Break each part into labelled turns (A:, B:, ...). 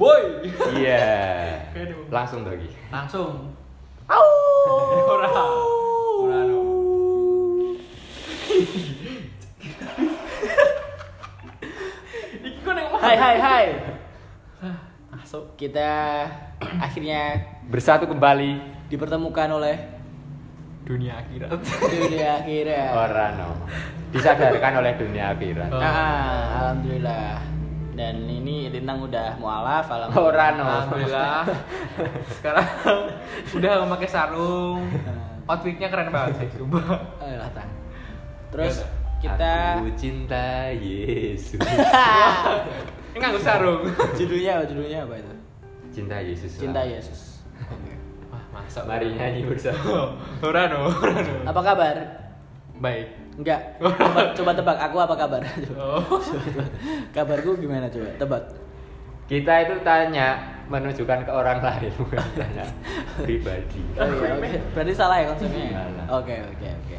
A: Boy.
B: Iya.
A: Kayaknya mau-
B: Langsung lagi.
A: Langsung.
B: Au.
A: Ora. Ora, no. Iki kok nang
C: Hai hai hai. Masuk. Kita akhirnya
B: Bersatu kembali.
C: dipertemukan oleh
A: dunia akhirat.
C: dunia akhirat.
B: Ora no. Disadarkan oleh dunia akhirat.
C: Ah, alhamdulillah. Dan ini Lintang udah mualaf alhamdulillah.
B: Ora no.
A: Alhamdulillah. Sekarang udah memakai sarung. Outfitnya keren banget sih, coba.
C: Ayolah, Tang. Oh, iya, Terus
A: Yaudah.
C: kita
B: Aku cinta Yesus.
A: Ini nganggur sarung.
C: judulnya apa? Judulnya apa itu?
B: Cinta Yesus.
C: Cinta Yesus.
A: Wah, masa
B: Mari nyanyi bersama.
A: Ora no, ora no.
C: Apa kabar?
A: Baik.
C: Enggak. Coba, coba tebak aku apa kabar? Coba.
A: Oh.
C: Kabarku gimana coba? Tebak.
B: Kita itu tanya menunjukkan ke orang lain bukan tanya pribadi.
C: Oh, iya, oke. Berarti salah ya konsepnya. ya?
B: Salah.
C: Oke, oke, oke.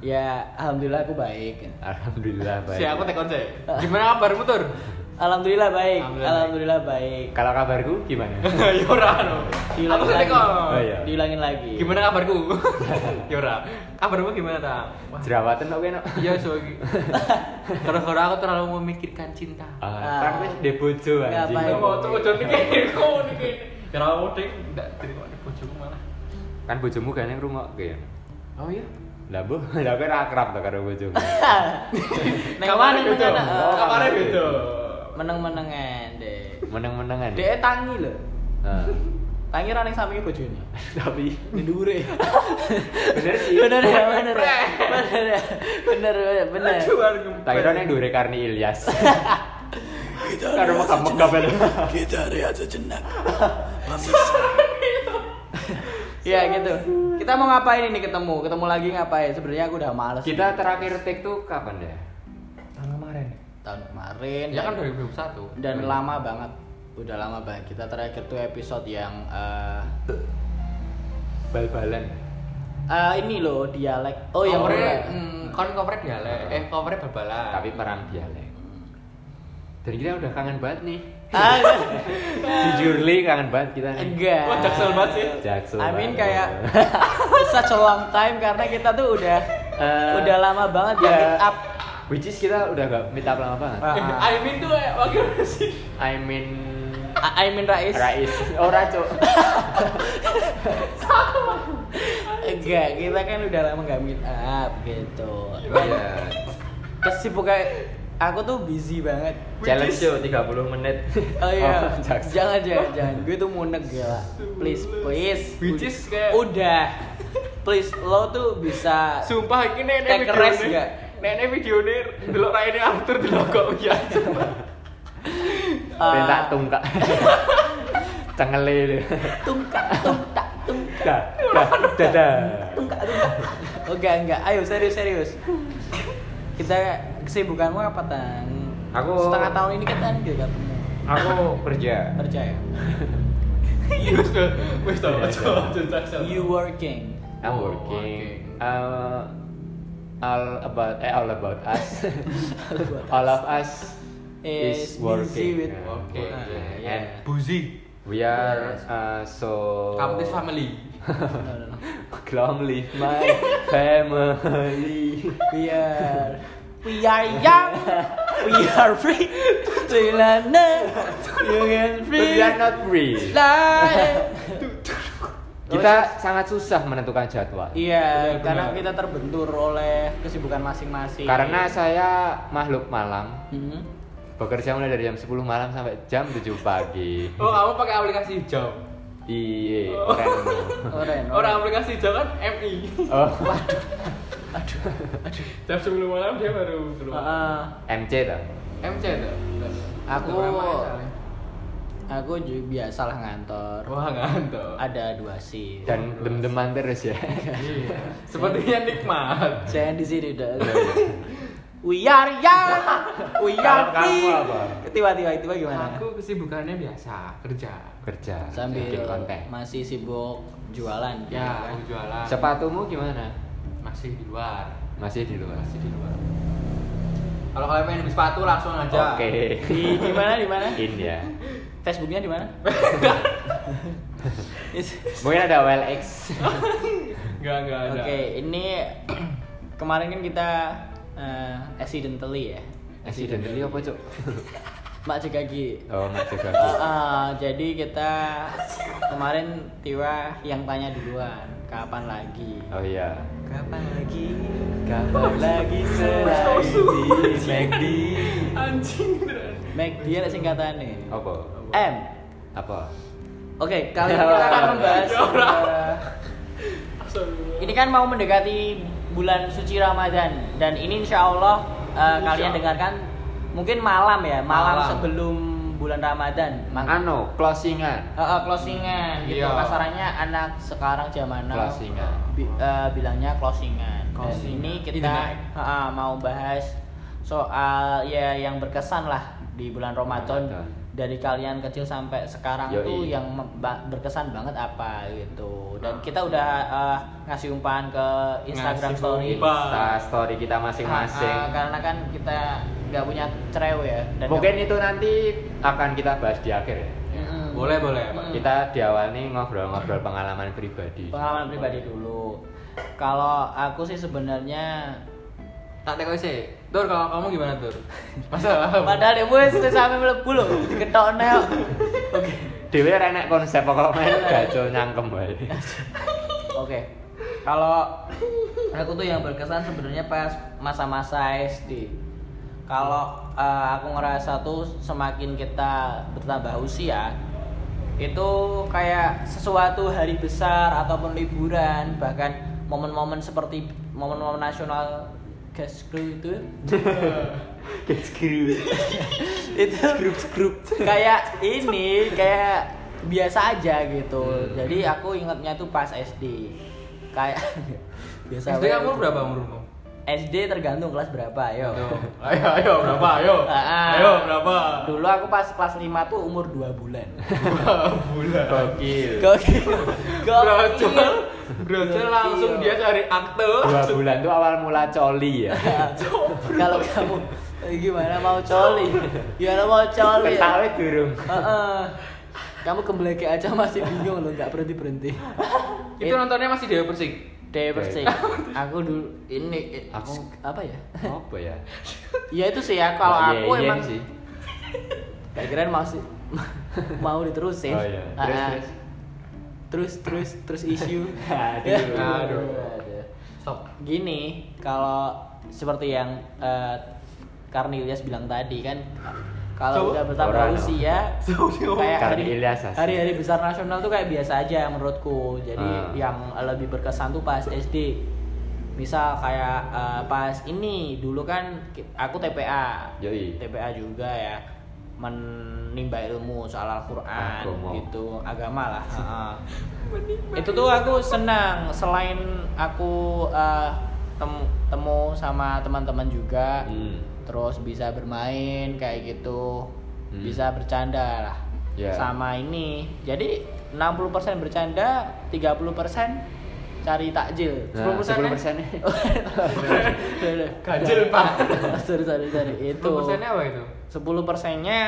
C: Ya, alhamdulillah aku baik.
B: Alhamdulillah baik.
A: Si aku tekon sih. Gimana kabarmu, Tur?
C: Alhamdulillah baik.
A: Alhamdulillah baik.
C: Alhamdulillah baik.
B: Kalau kabarku gimana?
A: Yora Ya no. Aku
C: Diulangin
A: sih
C: lagi.
A: tekon.
B: Oh, iya.
C: Diulangin lagi.
A: Gimana kabarku? Yora. Kabarmu gimana, Tang? Wah,
B: Jerawatan oke no.
A: Iya, soalnya Gara-gara aku terlalu memikirkan cinta.
B: Ah, Kan wis ndek bojo
C: Nggak
B: anjing.
C: apa-apa.
A: Mau tuh udah mikir kau mikir. Kira aku ding enggak terima di bojoku malah.
B: Kan bojomu gak nang rungokke ya.
A: Oh iya.
B: Lah bu, lah kowe ra akrab to karo bojomu.
C: Neng
A: Kamarnya
C: mana,
A: gitu.
C: neng mana?
B: Oh,
A: Kamarnya
B: kamarnya.
A: gitu.
C: Meneng-menengan deh.
B: Meneng-menengan.
C: Dek tangi lho.
B: Ah.
C: Tangi ra ning sampinge bojone.
B: Tapi
C: Ning dhuwure.
B: bener sih.
C: Bener ya, bener ya. Bener ya. Bener bener, bener.
A: Aduh, aku.
B: Tak kira nang dhuwure Karni Ilyas. Karo megap-megap ya.
C: Kita lihat sejenak. Ya gitu. Kita mau ngapain ini ketemu? Ketemu lagi ngapain? Sebenarnya aku udah males.
B: Kita terakhir take tuh kapan ya?
A: Tahun kemarin.
C: tahun kemarin.
A: Ya kan
C: dan,
A: 2021.
C: dan lama banget. Udah lama banget. Kita terakhir tuh episode yang eh
B: Bal-balan.
C: eh, ini loh dialek. Oh, yang
A: Covernya,
C: orang.
A: hmm, kan covernya dialek, eh covernya berbalan.
B: Tapi perang dialek. Dan kita udah kangen banget nih.
C: Ah,
B: Jujur li kangen banget kita nih.
C: enggak.
A: Wah, jaksel banget sih.
B: Jaksel
C: I
B: banget.
C: mean kayak such a long time karena kita tuh udah
B: Eh,
C: udah lama banget ya
B: ya.
C: meet up.
B: Which is kita udah gak meet up lama banget.
C: Ah, ah.
A: I mean tuh eh, wakil presiden.
B: I mean
C: A- Ah, I mean Rais.
B: Rais. Ora, Cuk.
C: Enggak, kita kan udah lama gak meet up gitu.
B: Iya.
C: Kesibukan aku tuh busy banget.
B: Challenge
A: Which is-
B: yo 30 menit.
C: Oh iya,
B: Open
C: jangan
B: Jackson.
C: jangan jangan. Gue tuh munek gila. Please please.
A: Which is kayak-
C: udah. Please lo tuh bisa
A: Sumpah ini nenek
C: Take
A: video
C: rest
A: ini.
C: nggak?
A: Nenek video ini delok raine Arthur delok kok ya.
C: Ah.
B: Bentak tungkak. Cengele. dia.
C: tungkak tungkak tungkak
B: Dah, dah, dadah.
C: tungkak tungkak. Oh, enggak enggak. Ayo serius serius. Kita kesibukanmu apa tang?
B: Aku-
C: setengah tahun ini kan gak ketemu.
B: Aku kerja.
C: Percaya.
A: Wis tuh, wis tuh,
B: Iya,
A: ojo
B: iya.
A: ojo jaksel.
C: You working.
B: I'm
A: Oh,
B: working.
A: working.
B: Uh, all about eh, all about us.
C: Buat
B: all of us is,
C: Is busy
B: working.
C: with-
B: Yeah,
A: Oke.
B: working.
C: yeah.
B: And
A: Buzi.
B: we are uh, so
A: Kamtis family.
C: No, no, no.
B: Long live my family.
C: We are we are young. We are free. Tuilana. You
B: But
C: can free.
B: we are not free.
C: Life.
B: Kita sangat susah menentukan jadwal.
C: Iya,
A: Benar,
C: karena
A: benar.
C: kita terbentur oleh kesibukan masing-masing.
B: Karena saya makhluk malam,
C: Hmm.
B: bekerja mulai dari jam 10 malam sampai jam 7 pagi.
A: Oh, kamu pakai aplikasi hijau.
B: Iye,
A: Oh.
B: keren.
C: Oren. oren.
A: Orang aplikasi hijau kan MI.
B: Oh,
A: Jam 10 malam dia baru keluar.
C: Heeh.
B: MC tuh.
A: MC ah. tuh.
C: Aku-
A: Berapa aja?
C: aku juga biasa lah ngantor.
A: Wah, ngantuk.
C: Ada dua sih.
B: Dan dem-deman terus ya.
A: Iya. Sepertinya nikmat.
C: Saya di sini udah. We are young. We
B: Kalau
C: are
B: kamu
C: free.
B: apa?
C: Tiba-tiba tiba gimana?
A: Aku kesibukannya biasa kerja.
B: Kerja,
C: Sambil
B: bikin konten.
C: masih sibuk jualan.
A: Ya, aku jualan.
B: Sepatumu gimana?
A: Masih di luar.
B: Masih di luar.
A: Masih di luar. Kalau kalian pengen beli sepatu langsung aja.
B: Oke. ya.
C: Di di mana di mana?
B: India.
C: Facebooknya di mana?
B: Mungkin ada OLX.
A: Enggak, enggak ada.
C: Oke, ini kemarin kan kita eh, accidentally ya.
B: Accidentally apa, Cuk?
C: Mak Cekagi.
B: Oh, Mas juga.
C: Eh, eh, jadi kita kemarin Tiwa yang tanya duluan, kapan lagi?
B: Oh iya.
C: Kapan lagi?
B: Kapan lagi selain di McD?
A: Anjing beneran.
C: Mac dia ada singkatannya.
B: Apa?
C: M.
B: Apa?
C: Oke, kali ini kita akan membahas.
A: Ya orang.
C: eh,
A: Astagfirullah.
C: ini kan mau mendekati bulan suci Ramadan dan ini insya Allah eh,
A: Insya
C: kalian
A: Allah.
C: dengarkan mungkin malam ya, malam,
A: Malam.
C: sebelum bulan Ramadan. Mak-
B: Ano, Anu, closingan.
C: Eh, eh, closingan gitu
A: Iya.
C: kasarannya anak sekarang zaman now
B: Closingan.
C: bi- eh, bilangnya closingan. Dan
A: Closingan.
C: ini
B: Iya,
A: In the
C: kita
A: night.
C: eh, eh, mau bahas soal ya yang berkesan lah di bulan Ramadan
B: Ramadan.
C: dari kalian kecil sampai sekarang
B: Yoi. Nah,
C: tuh yang mem- ba- berkesan banget apa gitu. Dan kita udah eh, ngasih umpahan ke Instagram
A: Ngasih
C: story.
A: umpahan.
B: Insta story kita
C: Eh, eh,
B: masing-masing.
C: karena kan kita nggak punya cerewet ya dan
B: Mungkin itu nanti akan kita bahas di akhir ya.
C: Mm-mm.
A: Boleh, boleh, Pak.
C: Mm-mm.
B: Kita di awal nih ngobrol-ngobrol pengalaman pribadi.
C: pengalaman pribadi dulu kalau aku sih sebenarnya
A: Tak teko sih. Tur kalau kamu gimana, Tur? Masalah. apa?
C: padahal ya wes wis sampe mlebu lho ketokne kok. oke
B: Dewe ora enak konsep pokoknya main gacol nyangkem wae.
C: oke kalau aku tuh yang berkesan sebenarnya pas masa-masa SD kalau eh, aku ngerasa tuh semakin kita bertambah usia itu kayak sesuatu hari besar ataupun liburan bahkan momen-momen seperti momen-momen nasional Gaskru itu
B: Get screw.
C: itu kayak ini kayak biasa aja gitu
A: Hmm.
C: jadi aku ingatnya tuh pas SD kayak biasa
A: SD
C: aja
A: kamu
C: gitu.
A: berapa umurmu?
C: SD tergantung kelas berapa ayo
A: Tuh. Ayo, ayo berapa? Ayo.
C: Ah, ah.
A: Ayo berapa?
C: dulu aku pas kelas 5 tuh umur 2 bulan
A: Dua bulan.
B: Gokil.
C: gokil
A: Brocol. Brocol
C: Gokil.
A: langsung dia cari akte.
B: Dua bulan tuh awal mula coli ya.
C: kalau kamu eh, gimana mau coli gimana mau coli
B: Ketawe durung.
C: Heeh. kamu kembali aja masih bingung loh nggak berhenti berhenti
A: Itu nontonnya masih Dewa Persik.
C: Dewi Persik. aku dulu ini
B: Aku- Oh,
C: apa ya?
B: Apa ya?
C: ya itu sih ya kalau
B: Wah,
C: aku
B: yeyen
C: emang
B: sih.
C: gak kira masih mau diterusin.
B: Oh iya. Terus,
C: Ah, ah.
B: terus.
C: terus terus terus issue.
B: Aduh.
A: Aduh.
C: Aduh.
A: Stop.
C: Gini kalau seperti yang eh, Cornelius bilang tadi kan
A: So,
C: kalau udah bertambah
B: orang.
C: usia kayak hari
B: Cornelius asli.
C: hari-hari besar nasional tuh kayak biasa aja menurutku
B: Ah.
C: jadi yang lebih berkesan tuh pas SD misal kayak eh, pas ini dulu kan ki- aku TPA
B: Yoi.
C: TPA juga ya menimba ilmu soal Al-Qur'an
B: Agama.
C: gitu agama lah heeh. itu tuh aku senang selain aku eh, temu temu sama teman-teman juga
B: Hmm.
C: terus bisa bermain kayak gitu
B: Hmm.
C: bisa bercanda lah
B: Ya.
C: sama ini jadi 60% bercanda 30% cari takjil
B: Nah,
A: 10% -nya?
B: 10%-nya.
A: Ganjil, Pak.
C: sorry sorry sorry itu
A: 10%-nya apa itu?
C: 10% nya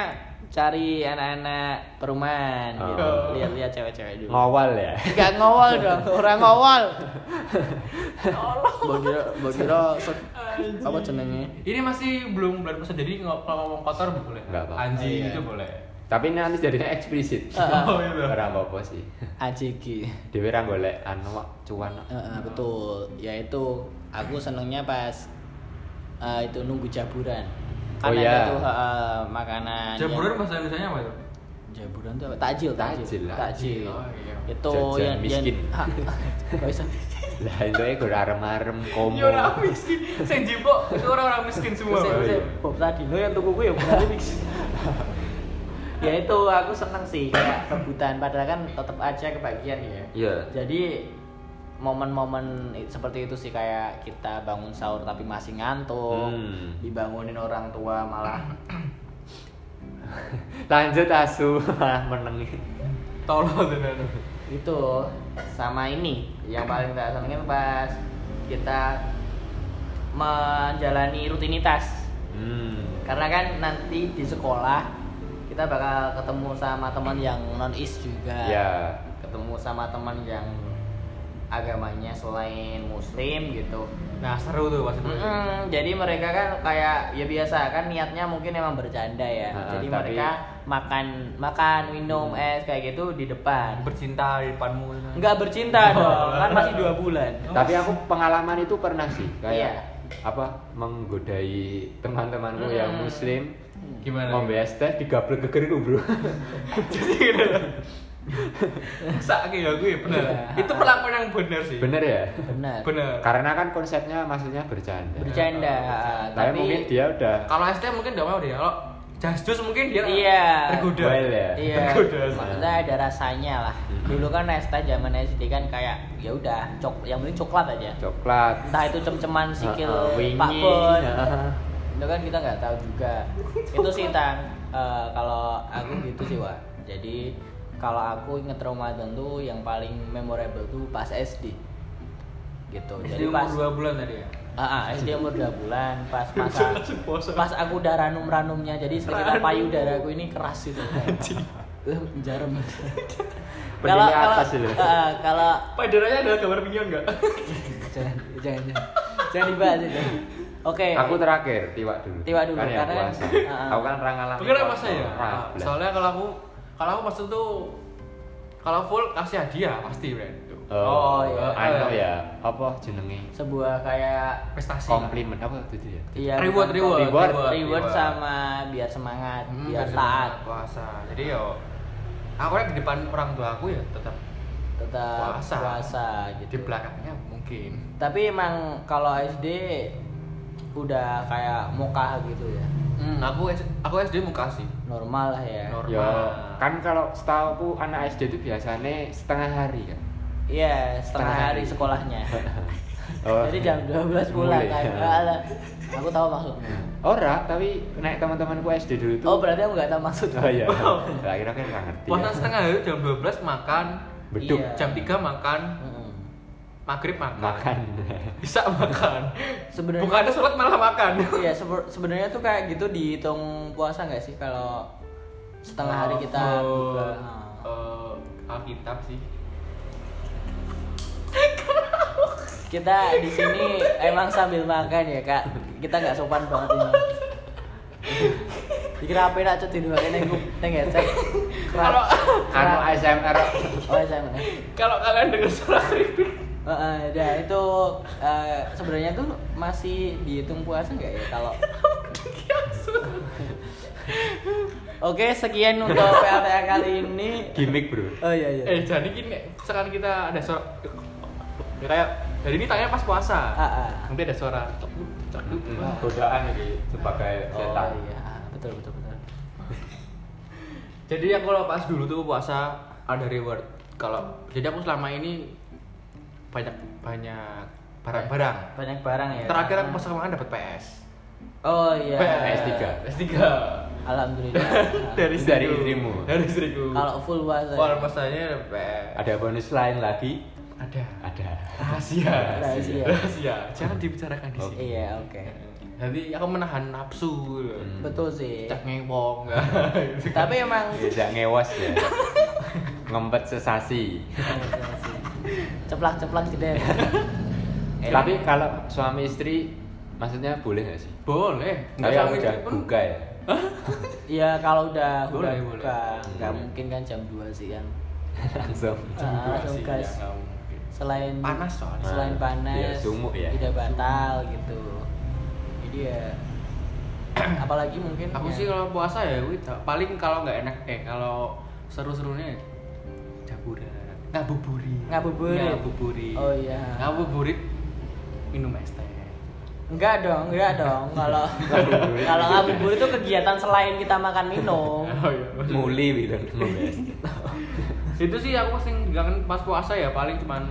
C: cari anak-anak perumahan gitu
B: Oh.
C: lihat-lihat cewek-cewek dulu
B: Ngawal ya.
C: Gak ngowol dong, orang ngowol. Bagira, bagira, apa jenenge?
A: Ini masih belum bulan puasa jadi ngo- kalau ngomong kotor boleh.
B: Nggak apa-apa.
A: Anjing
C: Oh, iya.
A: itu boleh.
B: Tapi nanti jadinya eksplisit.
C: Ah, ah.
A: Oh, gitu.
B: Ora apa-apa sih.
C: ACG.
B: Dewe ra golek anu wak, cuan. wak.
C: Eh, eh, betul, yaitu aku senengnya pas eh, itu nunggu jaburan. Kan
B: Oh,
C: ada
B: iya.
C: tuh eh, eh, makanan.
A: Jaburan
C: yang-
A: bahasa Indonesia apa itu?
C: jaburan tuh apa? Takjil, takjil.
B: Takjil lah.
C: Takjil.
A: Oh, iya.
C: Itu
B: Jajan
C: yang yang-
B: miskin.
C: Ah, Gak bisa.
B: Lah entuke gue arem-arem komo.
A: Ya orang miskin, sing jipok itu orang-orang miskin semua.
C: Terus
B: iya.
A: Pak.
C: saya- saya, Bob tadi lo yang tuku gue ya bukan mix. ya itu aku seneng sih kayak rebutan padahal kan tetap aja kebagian ya.
B: Iya.
C: Jadi momen-momen i- seperti itu sih kayak kita bangun sahur tapi masih ngantuk,
B: Hmm.
C: dibangunin orang tua malah
B: Lanjut asu malah menengi.
A: Tolol tenan.
C: itu sama ini yang paling tak senengin pas kita menjalani rutinitas
B: Hmm.
C: karena kan nanti di sekolah kita bakal ketemu sama teman yang non is juga
B: Ya.
C: ketemu sama teman yang agamanya selain muslim gitu
A: Nah seru tuh
B: Hmm.
A: pas itu.
C: Mm-mm, jadi mereka kan kayak ya biasa kan niatnya mungkin emang bercanda ya
B: Ah,
C: jadi
B: tapi- Hmm.
C: mereka makan makan minum es kayak gitu di depan
A: Bercinta di depanmu.
C: nggak bercinta
A: Oh.
C: dong kan masih dua bulan
A: Oh.
B: Tapi aku pengalaman itu pernah sih
C: Iya.
B: kayak apa menggodai teman-temanku
C: Hmm.
B: yang muslim
A: Gimana?
B: ngombe es teh digablek gegerku, Bro.
A: Sak ya gue bener.
C: Iya.
A: Itu perlakuan yang bener sih.
B: Bener ya?
C: benar
A: Bener.
B: Karena kan konsepnya maksudnya bercanda.
C: bercanda
B: Tapi,
C: tapi
B: mungkin dia udah
A: Kalau ST mungkin gak mau deh. Kalau Just Jus mungkin dia
C: Iya.
A: tergoda.
B: well ya.
C: Iya,
A: Tergoda sih. Mm-hmm.
C: maksudnya ada rasanya lah. Dulu kan Nesta zaman SD kan kayak ya udah, cok yang penting coklat aja.
B: Coklat.
C: Entah itu cem-ceman sikil
B: Ah, ah, wingi.
C: Pak Bon.
B: Ah.
C: Itu kan kita nggak tahu juga. itu sih tang eh, kalau aku gitu sih wah. Jadi kalau aku inget Ramadan tuh yang paling memorable tuh pas SD. Gitu.
A: Jadi
C: Jadi
A: umur
C: pas
A: dua bulan tadi ya.
C: Ah, ah, SD umur 2 bulan pas masa
A: Langsung poso.
C: pas aku udah ranum-ranumnya jadi sekitar
A: Ranum.
C: payudaraku ini keras gitu. Eh, Jarum.
B: Pentingnya
C: Kalau kalau
B: atas dulu.
C: ah, kalau
A: Padaranya ada gambar pinyon enggak?
C: jangan jangan jangan, jangan dibahas itu. Oke.
B: Aku terakhir tiwak dulu.
C: Tiwak dulu,
B: Kan ya
C: karena-
B: puasa.
C: Ah, ah.
B: Aku kan orang ngalami.
A: Mungkin apa saya?
B: Orang
A: Ah,
B: belas.
A: Soalnya kalau aku kalau aku maksud tuh kalau full kasih hadiah pasti Ren.
B: Oh,
C: Oh, iya.
B: anu ya. Apa jenenge?
C: sebuah kayak
A: Prestasi. lah.
B: Komplimen apa itu ya?
C: iya,
A: Reward, reward,
C: bukan-
B: Reward.
C: reward, sama biar semangat,
A: Hmm,
C: biar
A: dari
C: taat.
A: puasa. Jadi yo aku kan di depan orang tua aku ya tetap
C: Tetap
A: Puasa.
C: puasa,
A: di
C: gitu.
A: belakangnya mungkin
C: Tapi emang kalau SD udah kayak mokah gitu ya.
A: Hmm, aku S- aku SD mau kasih.
C: Normal lah ya.
A: Normal.
B: Ya, kan kalau setahu aku anak SD itu biasanya setengah hari kan.
C: Iya, setengah
B: Setengah
C: hari
B: hari.
C: sekolahnya.
B: Oh.
C: Jadi jam 12 pulang
B: Mulai.
C: kan. Alah, Aku tahu maksudnya.
B: Ora, tapi naik teman-temanku SD dulu tuh.
C: Oh, berarti aku nggak tahu maksudnya.
B: Oh iya. Lah kira kan nggak ngerti.
A: Puasa
B: ya.
A: setengah hari jam 12 makan,
B: Beduk
C: Iya.
A: jam 3 makan,
C: Mm-mm.
A: maghrib makan.
B: makan. Nah.
A: Bisa makan.
C: Sebenarnya-
A: bukannya sholat malah makan.
C: Iya, sebe- sebenarnya tuh kayak gitu dihitung puasa nggak sih kalau setengah hari kita
A: Oh,
C: buka? Nah,
A: eh, Alkitab sih.
C: Kita di sini emang sambil makan ya, Kak. Kita nggak sopan banget ini. Dikira apa nak cut di dua ini gue tengah cek. Nah.
A: Kalau-
B: Anu ASMR.
C: oh SMA.
A: Kalau kalian dengar suara ribut,
C: Heeh, dah
A: Iya.
C: itu eh, sebenarnya tuh masih dihitung puasa nggak ya kalau Oke, sekian untuk PLTA kali ini.
B: Gimik, Bro.
C: Oh iya iya.
A: eh jadi gini, misalkan kita ada suara ya kayak dari ini tanya pas puasa.
C: Ah, ah.
A: Nanti ada suara cek, cek,
B: Mm-mm,
A: wah.
B: Godaan ini sebagai eh,
C: Oh
B: setan.
C: iya, betul betul betul.
A: Jadi aku kalau pas dulu tuh puasa ada reward. Kalau jadi aku selama ini banyak banyak barang-barang.
C: Banyak barang ya.
A: Terakhir aku pas kemarin dapat PS.
C: Oh iya.
B: PS3.
A: PS3.
C: Alhamdulillah.
A: dari
B: Dari
A: istriku.
B: istrimu.
A: Dari istriku.
C: kalau full puasa.
A: Kalau masanya ada PS.
B: Ada bonus lain lagi?
A: Ada.
B: Ada.
A: Rahasia.
C: Rahasia.
A: Rahasia. Jangan dibicarakan di sini.
C: Iya, oke.
A: Hmm. Jadi aku menahan nafsu.
B: Hmm.
C: Betul sih.
A: Cak ngewong. Gitu.
C: Tapi emang
B: Tidak ngewas ya. Ngempet sesasi.
C: ceplak-ceplak gede. Eh,
B: Tapi kalau suami istri maksudnya boleh nggak sih?
A: boleh. Nggak
B: Kayak
A: sama
B: udah
A: istri pun.
C: Ah,
B: buka ya.
C: Iya kalau udah
A: Boleh,
C: udah
A: boleh.
C: buka nggak
B: Hmm.
C: mungkin kan jam 2 sih kan.
B: Langsung.
C: Ah, langsung
A: Rahasia,
C: gas.
A: nggak mungkin.
C: Selain
A: Panas soalnya.
C: Selain panas.
B: Iya, sumuk ya.
C: Tidak batal gitu. Jadi ya apalagi mungkin
A: Aku
C: ya,
A: sih kalau puasa ya, gue tak- paling kalau nggak enak eh kalau seru-serunya ya jaburan, ngabuburit,
C: Ngabuburit.
A: ngabuburit,
C: Oh iya.
A: ngabuburit minum es teh.
C: Enggak dong, enggak dong. Kalau kalau ngabuburit itu kegiatan selain kita makan minum.
A: Oh iya.
B: Muli gitu, bilang ngembes.
A: Itu sih aku sering kangen pas puasa ya paling cuman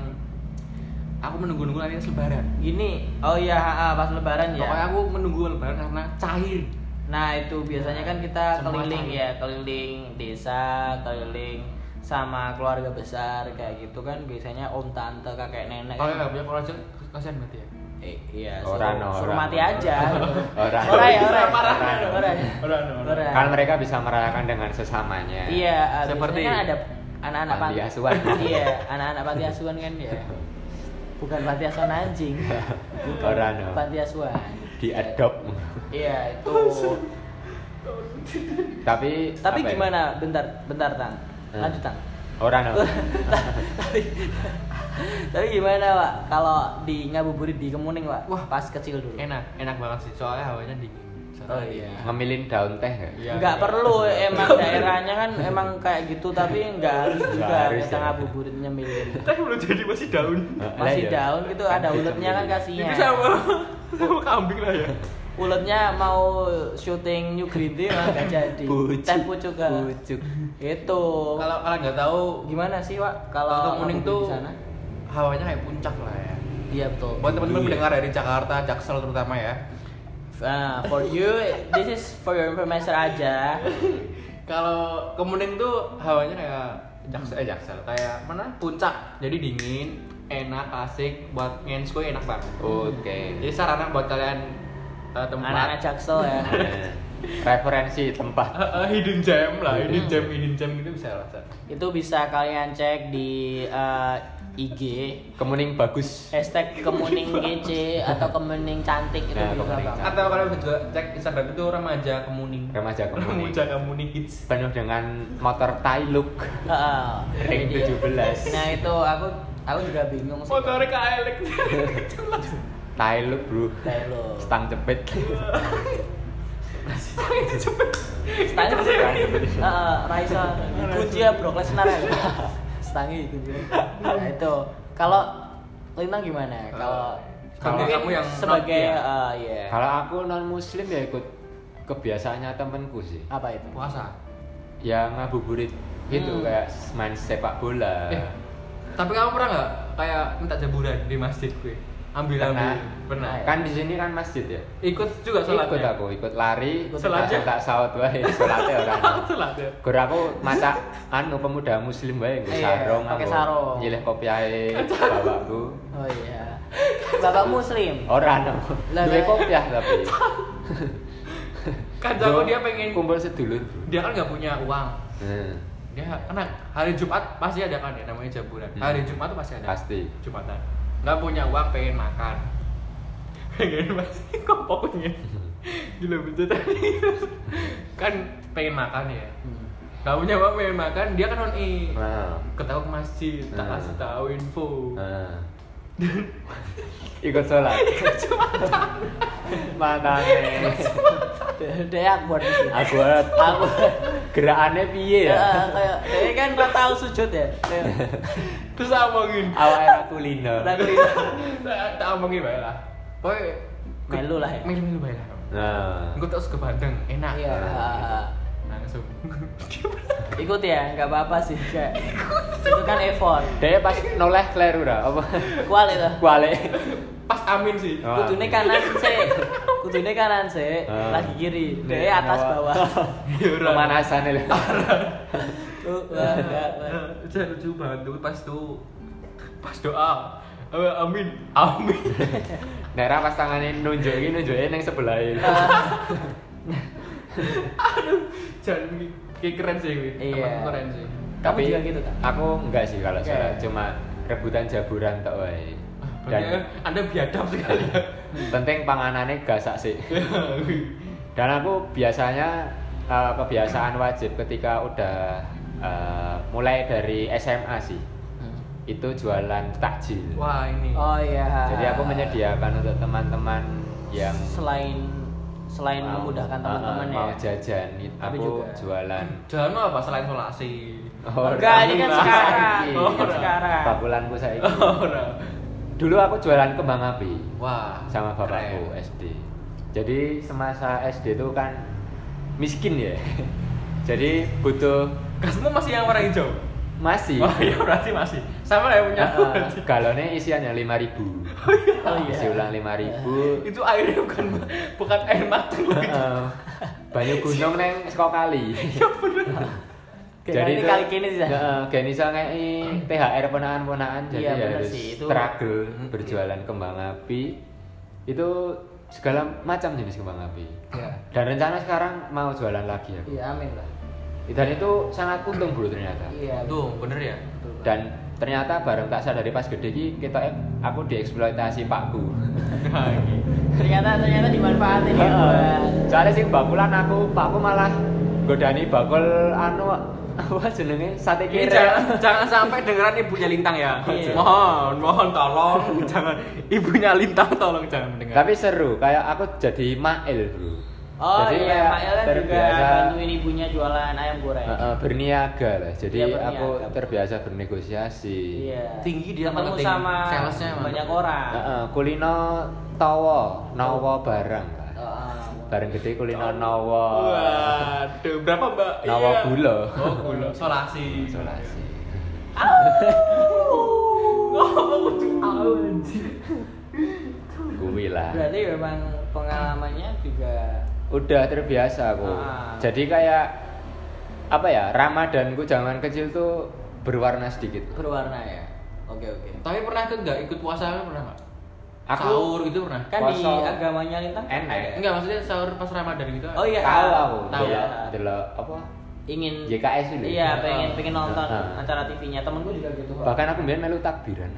A: aku menunggu-nunggu nanti lebaran.
C: Gini, oh iya ha, ha, pas lebaran ya.
A: Pokoknya aku menunggu lebaran karena cair.
C: Nah itu biasanya kan kita
A: Semua
C: keliling
A: sama.
C: ya, keliling desa, keliling sama keluarga besar kayak gitu kan biasanya om tante kakek nenek.
A: Oh, iya, Kalau nggak punya kalau aja kasihan berarti ya.
C: Eh, iya,
B: Orang,
C: suruh, suruh
B: orang.
C: mati aja.
B: Orang.
C: Orang ya, orang.
A: Parah,
C: Orang,
A: dong.
C: orang.
A: Orang, orang.
B: kan mereka bisa merayakan dengan sesamanya
C: Iya, eh,
A: Seperti
C: biasanya kan ada anak-anak
B: Panti
C: pan-
B: asuhan.
C: Iya, anak-anak panti asuhan kan ya. Bukan panti asuhan anjing. Bukan
B: Orang, ya, orang.
C: Panti asuhan.
B: diadop
C: Iya, itu.
B: tapi
C: Tapi
B: apa ya?
C: gimana? Bentar, bentar, Tan.
B: Hmm.
C: Lanjut, Tan.
B: orang ya. dong.
C: tapi, tapi gimana, Pak? Kalau di ngabuburit di Kemuning, Pak?
A: Wah.
C: pas kecil dulu.
A: enak enak banget sih soalnya hawanya dingin Soalnya
C: Oh, iya.
A: dingin.
B: ngemilin daun teh nggak?
A: Iya.
C: nggak perlu emang daerahnya kan emang kayak gitu tapi nggak harus
B: Nggak
C: juga
B: harus
C: kita
B: ya.
C: ngabuburitnya milih
A: Teh belum jadi masih daun
B: Nah,
C: masih
B: lah ya.
C: daun gitu ada
B: Kan
C: uletnya kan
B: dicemilin.
A: itu
C: kasihan
A: sama Iya. sama kambing lah ya
C: uletnya mau syuting New Green Day malah nggak jadi
B: Pucuk.
C: teh pucuk kan
B: Pucuk.
C: itu
A: kalau kalian nggak tahu
C: gimana sih Wak
A: kalau
C: kalau
A: Kemuning tuh
C: ngabuburit di sana
A: hawanya kayak puncak lah ya
C: iya betul
A: buat teman-teman
B: Iya.
A: mendengar dari Jakarta Jaksel terutama ya
C: Nah, for you this is for your information aja
A: kalau Kemuning tuh hawanya kayak Jaksel eh Jaksel kayak mana puncak jadi dingin enak asik buat ngensko enak banget
B: oke
A: jadi sarana buat kalian eh, tempat
C: anak-anak jaksel ya
B: Nah, referensi tempat
A: Eh, eh, hidden gem lah hidden gem hidden gem gitu bisa lah Sar.
C: itu bisa kalian cek di eh, IG
B: kemuning bagus
C: hashtag kemuning kece atau kemuning cantik itu
B: Nah,
C: juga
B: kemuning
C: Bang.
A: atau kalian juga cek Instagram itu remaja kemuning
B: remaja kemuning
A: remaja kemuning kids
B: penuh dengan motor Tailuk
C: Heeh.
B: ring
C: Jadi,
B: 17
C: nah itu aku aku juga bingung sih
A: motornya ke elektrik
B: Tailuk bro
C: kayak lo
B: stang jepit
C: stangi itu
B: Stang jepit.
C: Heeh, Raisa kunci ya bro Lesnar ya stangi itu nah itu kalau Lintang gimana kalau
A: Eh, Kalau
C: mungkin
A: kamu yang
C: sebagai
A: not, ya?
C: eh, iya.
B: kalau aku non muslim ya ikut kebiasaannya temenku sih
C: apa itu
A: puasa
B: ya ngabuburit gitu
C: Hmm.
B: kayak main sepak bola
A: Eh, tapi kamu pernah nggak kayak minta jaburan di masjid gue ambil ambil
B: Pernah.
A: pernah
B: kan di sini kan masjid ya
A: ikut juga sholatnya
C: ya?
B: ikut aku ikut lari
A: Ikut
B: tak
A: sholatnya.
B: tak saut wae sholatnya orang
A: sholatnya
B: Gur aku masak anu pemuda muslim wae nggo
C: Iya,
B: sarung
C: pakai
B: aku.
C: sarung.
B: Nyilih e kopi ae bapakku.
C: oh iya bapak muslim
B: Ora no.
C: Lah,
B: Duwe
C: lah.
B: kopiah tapi.
A: kan jago
B: Yo,
A: dia pengen
B: kumpul sedulur.
A: dia kan nggak punya uang
B: Hmm,
A: dia karena hari Jumat pasti ada kan ya namanya jaburan
B: Hmm.
A: hari Jumat tuh pasti ada
B: Pasti.
A: Jumatan nggak punya uang pengen makan pengen makan kok pokoknya gila bener tadi kan pengen makan ya
C: Hmm.
A: nggak punya uang pengen makan dia kan on i
B: Nah.
A: ketahu ke masjid tak
B: Hmm.
A: kasih tahu info
B: nah. Ah. Ikut sholat. Mana
C: Deak buat Hmm. di sini.
B: Aku eh, aku gerakannya piye
C: Ya,
B: ya?
C: kayak ini kan pernah tahu sujud ya. Kayak,
A: terus tak omongin
B: Awak era kulino.
C: lagu ini.
A: tak tak omongin baik lah pokoknya
C: Melu lah ya.
A: melu melu baik lah
B: Nah.
A: gue terus ke Bandeng enak Nah,
C: Iya.
A: langsung
C: Ikut ya, nggak apa-apa sih kayak. Itu kan effort.
B: Dia pas noleh kleru dah apa?
C: Kual itu.
B: Kuale.
A: pas amin sih
B: Oh.
C: Kudune kanan sih. Kudune kanan sih,
B: Ah.
C: lagi kiri.
B: Dek,
C: Dek atas
B: nyawa.
C: bawah.
A: Yoran.
B: Pemanasan lho.
C: Tuh, wah, wah, wah.
A: Saya lucu banget tuh pas tuh pas doa. Eh, Amin, amin.
B: Daerah pas tangannya nunjuk ini nunjuknya yang sebelah ini.
A: Jangan ki- ki- keren sih gue.
C: Iya.
A: Temanku keren sih.
C: Kamu juga gitu kan?
B: Aku enggak sih kalau
C: Oke.
B: sholat, cuma rebutan jaburan tok wae. Dan
A: Dan Ah, Anda biadab sekali. ya.
B: penting panganannya gasak sih. Dan aku biasanya eh, kebiasaan wajib ketika udah eh, mulai dari SMA sih.
A: Hmm.
B: Itu jualan takjil.
A: Wah, ini.
C: Oh iya.
B: Jadi aku menyediakan untuk teman-teman yang
C: selain selain
B: mau-
A: Ah,
C: memudahkan
B: eh,
C: teman-teman ya.
B: mau jajan,
C: Tapi
B: aku
C: juga.
B: jualan
A: Jangan mau apa selain solasi.
C: Enggak, ini
B: Orang.
C: kan
B: Iya.
C: sekarang.
B: Saiki.
C: Ini kan sekarang. Oh.
B: Babulanku saiki.
A: Orang.
B: Dulu aku jualan kembang api
A: Wah,
B: sama bapakku
A: keren.
B: SD. Jadi semasa SD itu kan miskin ya. Jadi butuh
A: Kamu masih yang warna hijau?
B: masih.
A: Oh iya, berarti masih. Sama lah yang punya aku
B: Nah,
A: berarti.
B: galonnya isiannya 5000.
C: Oh iya.
B: Isi ulang 5000.
A: Itu airnya bukan bukan air matang lagi.
B: Heeh. Banyu gunung neng saka kali.
C: Kayak nanti kali kini sih.
B: Heeh, kayak iso ngeki THR ponakan-ponakan jadi
C: Iya,
B: ya
C: bener
B: harus
C: sih, itu.
B: struggle berjualan kembang api itu segala macam jenis kembang api
C: Iya.
A: Ya.
B: dan rencana sekarang mau jualan lagi ya
C: Iya, amin lah.
B: dan itu sangat untung bro ternyata
C: Iya.
A: Tuh, bener ya?
C: betul banget.
B: dan ternyata bareng tak sadari pas gede ki kita aku dieksploitasi pakku
A: Nah, gitu.
C: ternyata ternyata dimanfaatin ya.
B: soalnya sing bakulan aku pakku malah godani bakul anu apa jenenge sate
A: Ini
B: kere
A: jangan, jangan sampai dengeran ibunya lintang ya.
C: Iya.
A: Mohon, mohon tolong jangan ibunya lintang tolong jangan mendengar.
B: tapi seru kayak aku jadi mail bro
C: Oh
B: jadi
C: iya,
B: kayak
C: Mak Ellen juga
B: terbiasa
C: bantuin ibunya jualan ayam goreng.
B: eh, eh, berniaga lah
C: Iya,
B: jadi
C: berniaga.
B: aku terbiasa bernegosiasi
C: Iya.
A: Tinggi dia
C: ketemu
A: marketing.
C: sama
A: Salesnya emang.
C: banyak orang.
B: Eh, eh, kulino tawa nawa barang lah
C: Heeh.
B: barang gede kulino nawa
A: Waduh, berapa Mbak?
B: Nawa
A: Iya.
B: gula.
A: Oh, gula. Solasi.
B: isolasi kuwi lah
C: Berarti memang pengalamannya juga
B: udah terbiasa aku
C: Ah.
B: jadi kayak apa ya ramadanku zaman kecil tuh berwarna sedikit
C: berwarna ya. Oke oke.
A: Tapi pernah ke enggak ikut puasa pernah enggak?
B: Aku-
A: Sahur gitu pernah?
C: Kan di
B: Puasa.
C: agamanya lintang kan
B: Enak. ya?
C: ada.
A: Enggak, maksudnya sahur pas Ramadan gitu.
C: Oh iya.
B: tahu aku
A: Tahu.
B: delok delok apa
C: Ingin
B: JKS dulu ya?
C: Iya, pengen pengen nonton
B: Heeh.
C: acara TV-nya. Temenku juga gitu kok.
B: bahkan aku mbien melu takbiran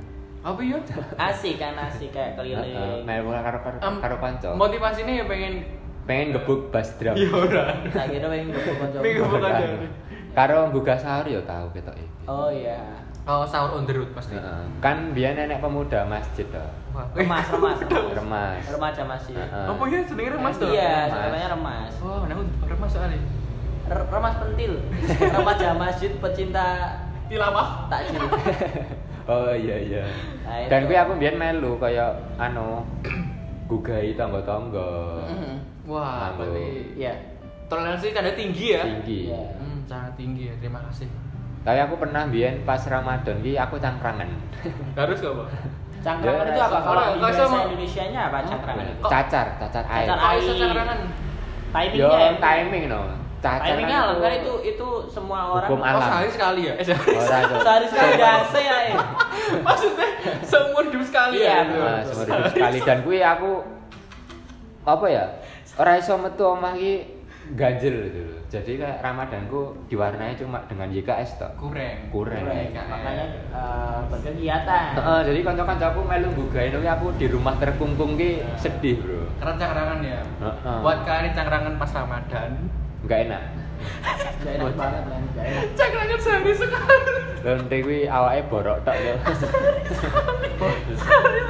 A: Apa ya?
C: Asik kan asik kayak
B: Heeh,
C: keliling.
B: melu karo karo
A: Iya, Em,
B: karo kanca
A: Motivasinya ya pengen
B: pengen gebuk bass drum
C: Iya.
A: ya ora.
C: Tak kira Nah, gitu, pengen
A: Pengen
C: coba
A: gebuk.
B: Beneran.
A: aja.
B: karo buka sahur ya tahu ketok iki
C: Oh iya.
A: Oh, sahur on the road pasti.
B: Heeh. kan biyen nenek pemuda masjid toh
A: Wah.
C: Remas, remas.
B: remas
C: Remaja masih.
B: Heeh.
A: Apa ya jenenge remas tuh?
C: Iya,
B: Remas.
C: katanya remas.
A: Wah, nah untuk remas soalnya.
C: R- remas pentil. remaja masjid pecinta
A: Tilawah.
C: takjil.
B: Oh iya iya.
C: Nah, itu.
B: Dan kuwi aku mbiyen melu kaya anu gugai tangga-tangga.
C: Mhm.
A: Wah,
B: Anu,
A: berarti
C: Iya.
A: toleransi tanda tinggi ya.
B: Tinggi.
C: Iya.
A: Hmm, sangat tinggi ya. Terima kasih.
B: Tapi aku pernah mbiyen pas Ramadan ki aku cangkrangan.
A: Harus gak, Pak?
C: Cangkrangan
B: Ya,
C: itu apa?
B: sama-
C: Kalau di
A: kalau
C: bahasa
A: sama-
C: Indonesianya apa cangkrangan itu?
B: Cacar, cacar air.
C: Cacar
A: Kalau
C: Ai.
A: iso cangkrangan.
B: Yo
C: Timingnya ya.
B: timing no. Cacar.
C: Timingnya alam kan itu itu semua orang
B: Hukum
A: Oh,
B: Alam.
A: sehari sekali ya? Eh, sehari.
B: Ora itu.
C: sehari sekali dase ya. eh.
A: Maksudnya seumur hidup sekali
C: Iya,
A: ya?
B: Nah,
C: betul.
B: seumur hidup sekali dan kuwi aku apa ya? Ora iso metu omah ki ganjel gitu. loh. Jadi kayak Ramadanku diwarnai cuma dengan YKS tok.
A: Kurang.
B: Kurang.
C: Makanya eh, berkegiatan.
B: Heeh, jadi kanca-kancaku melu bugain kuwi aku di rumah terkungkung ki sedih, Bro.
A: Keren cangkrangan ya.
B: Heeh.
A: Buat kalian cangkrangan pas Ramadan.
B: Enggak enak.
C: Gak enak banget lah, gak enak.
A: Cangkrangan sehari sekali.
B: Lho ndek kuwi awake borok tok ya.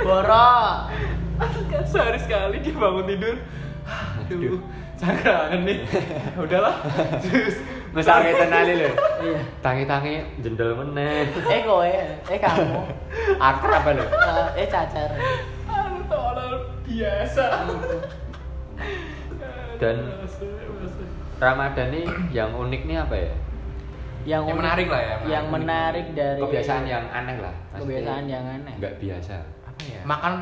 C: Borok.
A: kan sehari sekali dia bangun tidur. Aduh,
B: Aduh.
A: cangkrangan nih. Udahlah. Terus
B: Mesake tenane lho.
C: Iya.
B: Tangi-tangi jendel meneh.
C: Eh kowe, eh kamu,
B: Akrab lho.
C: eh, eh cacar.
A: anu tolol biasa.
B: Dan- Ramadan nih yang unik nih apa ya?
C: Yang,
A: Yang
C: unik-
A: menarik lah ya,
C: Yang menarik dari
B: Kebiasaan yang aneh lah.
C: Iya. kebiasaan ya. yang aneh.
B: enggak biasa.
A: Apa ya? Makan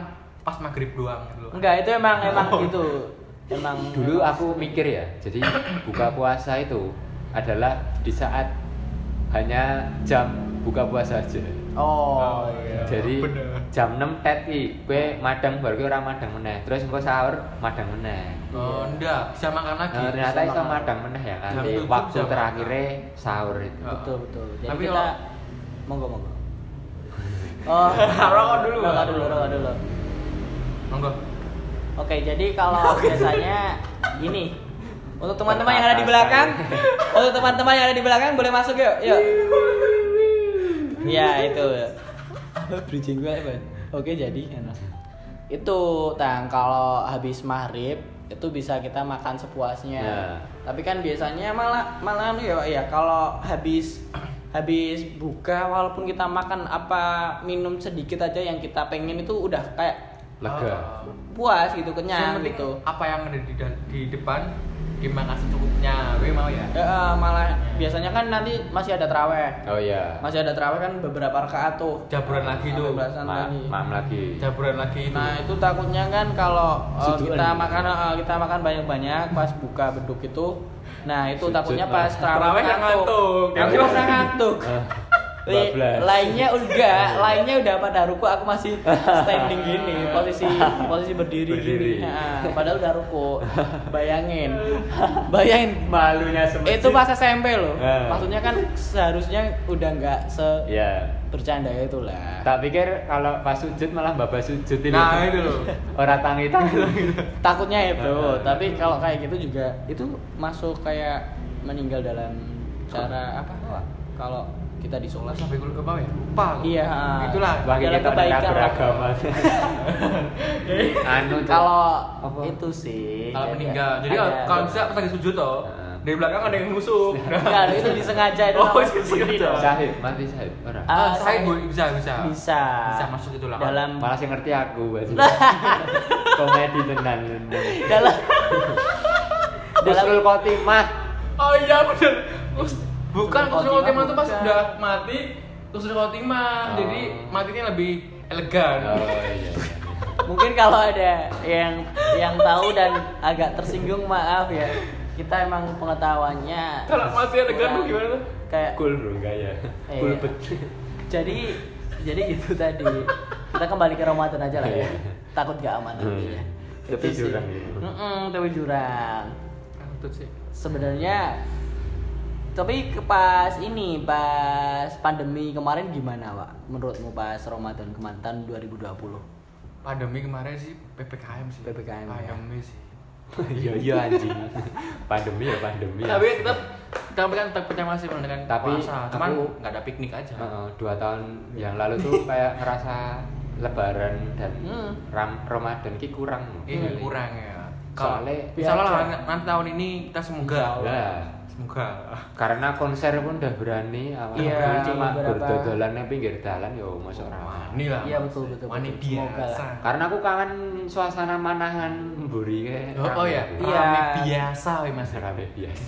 A: pas maghrib doang gitu loh.
C: Enggak, itu emang emang gitu. Emang
B: Dulu
C: emang-
B: aku mikir ya, jadi buka puasa itu adalah di saat hanya jam buka puasa aja.
C: Oh,
A: iya.
B: Jadi
A: Bener.
B: jam 6 tet iki kowe madang baru kowe ora madang meneh. Terus engko sahur madang meneh.
A: Oh, enggak, bisa makan lagi.
B: Nah, ternyata
C: bisa
B: iso
C: makan.
B: madang meneh ya kan.
A: Jam
B: Di
A: tujuh
B: waktu
A: bisa makan.
B: terakhirnya sahur itu.
A: Heeh.
C: betul betul. Jadi
A: Tapi
C: kita
A: kalau-
C: monggo monggo. Oh,
A: Rokok dulu,
C: Rokok
A: Bang.
C: dulu, rokok dulu.
A: Monggo.
C: Oke, jadi kalau biasanya gini. Untuk teman-teman yang ada di
B: Terbatas,
C: belakang, untuk teman-teman yang ada di belakang boleh masuk yuk, yuk. Ya itu. Bridging gue apa? Oke jadi enak. Itu tang kalau habis maghrib itu bisa kita makan sepuasnya.
B: Ya.
C: Tapi kan biasanya malah malah anu ya Pak, ya kalau habis habis buka walaupun kita makan apa minum sedikit aja yang kita pengen itu udah kayak
B: Lega.
A: Oh.
C: puas gitu
A: Yang
C: kenyang
B: ya?
A: penting
C: gitu.
A: apa yang ada di, dal- di depan dimakan secukupnya. Gue mau ya.
C: Eh, eh, malah biasanya kan nanti masih ada traweh.
B: Oh iya.
C: Masih ada traweh kan beberapa rakaat tuh.
A: Jaburan lagi
C: Sampai
A: tuh.
C: belasan
B: Ma-
C: lagi.
B: Maam lagi.
A: Jaburan lagi
B: gitu.
A: itu.
C: Nah itu takutnya kan kalau uh,
B: Suduan.
C: kita makan uh, kita makan banyak-banyak pas buka beduk itu, nah itu
B: Sujud, kan
C: takutnya
B: Mas.
C: pas
A: Terawih
C: terawih
A: yang ngantuk.
C: Aku
B: Terawih.
C: pernah ngantuk.
B: Eh, Bablas.
C: lainnya udah lainnya udah pada ruku aku masih standing gini posisi posisi berdiri,
B: Berdiri.
C: gini Nah, padahal udah ruku bayangin bayangin
B: malunya semacam
C: itu pas SMP loh
B: Ah.
C: maksudnya kan seharusnya udah nggak se
B: ya
C: bercanda itu lah
B: tak pikir kalau pas sujud malah babak sujud ini
A: Nah, itu loh.
B: orang tangi tangi
C: takutnya itu
B: Ah.
C: tapi kalau kayak gitu juga itu masuk kayak meninggal dalam cara apa kalau kita disolat
A: sampai gue ke bawah ya lupa aku.
C: Iya.
A: itulah
B: bagi
C: Dalam
B: kita tidak
C: kebaikan.
B: beragama anu Cuk.
C: kalau
B: Apa?
C: itu sih
A: kalau
C: ada-
A: meninggal jadi
C: ada.
A: kalau bisa pas lagi sujud toh
B: Heeh.
A: dari belakang ada yang nusuk
C: Enggak, itu disengaja itu
A: Oh,
C: namanya
A: itu
C: sendiri
A: sengaja.
C: dong.
B: Syahid, mati Syahid. Ora.
C: Ah,
A: Ah, saya
C: saya-
A: bu- bisa bisa
C: bisa
A: Bisa masuk itu lah.
C: dalam
B: Malah sih ngerti aku berarti. Komedi tenan.
C: dalam dalam
B: Husnul khotimah.
A: oh iya bener Kus- bukan Kusnul
C: Husnul
A: Khotimah
C: Khotimah
A: itu pas
C: bukan.
A: udah mati Kusnul Khotimah
B: Oh.
A: jadi matinya lebih elegan
B: Oh iya. iya.
C: mungkin kalau ada yang yang tahu dan agak tersinggung maaf ya kita emang pengetahuannya
A: kalau mati elegan tuh
C: kurang.
A: gimana tuh
C: kayak
B: Cool bro ya. gaya.
C: Iya.
B: Cool bet.
C: jadi jadi gitu tadi kita kembali ke Ramadan aja lah ya
B: Iya.
C: takut gak aman nantinya
B: Iya. Tepi
C: Itu sih.
B: jurang gitu.
C: Mm-mm, tepi jurang
A: Kentut sih
C: sebenarnya tapi ke- pas ini pas pandemi kemarin gimana pak menurutmu pas Ramadan kemarin tahun 2020
A: pandemi kemarin sih ppkm sih
C: PPKM, ya.
A: pandemi sih
B: Iya iya anjing. Pandemi ya pandemi. ya.
A: tapi tetap tapi kan tetap kita masih mendengarkan
B: Tapi
A: puasa cuman
B: aku-
A: nggak ada piknik aja
B: Heeh, dua tahun yang lalu tuh kayak ngerasa Lebaran dan
C: Hmm.
B: Ram Ramadan ki kurang.
A: ini kurang ya kalau
B: Iya, Soalnya- Iya.
A: misalnya lah,
C: Biasa.
A: nanti- nanti tahun ini kita semoga
B: Lah,
A: semoga Ah,
B: karena konser pun udah berani awal
C: Iya,
B: cuma
C: beberapa.
B: berdodolannya pinggir jalan yo masuk ramah
A: wani lah
C: Iya, betul, betul,
A: wani
C: betul. Semoga
A: biasa
C: lah.
B: karena aku kangen suasana manahan mburi kayak
A: oh, oh ya
C: Iya.
A: rame biasa weh mas
B: rame biasa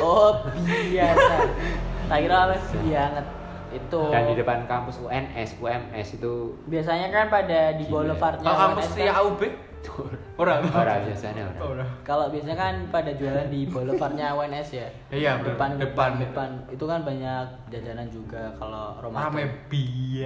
C: oh biasa tak kira apa banget itu
B: dan Iya. Kan di depan kampus UNS UMS itu
C: biasanya kan pada di
B: Gila.
C: boulevardnya
A: kalau kampus
C: UNS kan-
A: ya AUB orang
B: orang biasanya orang
A: orang
C: kalau biasanya kan pada jualan di boulevardnya UNS ya
A: Iya, bener.
C: depan
A: Depan.
C: depan depan itu kan banyak jajanan juga kalau
A: rame
C: Ramadan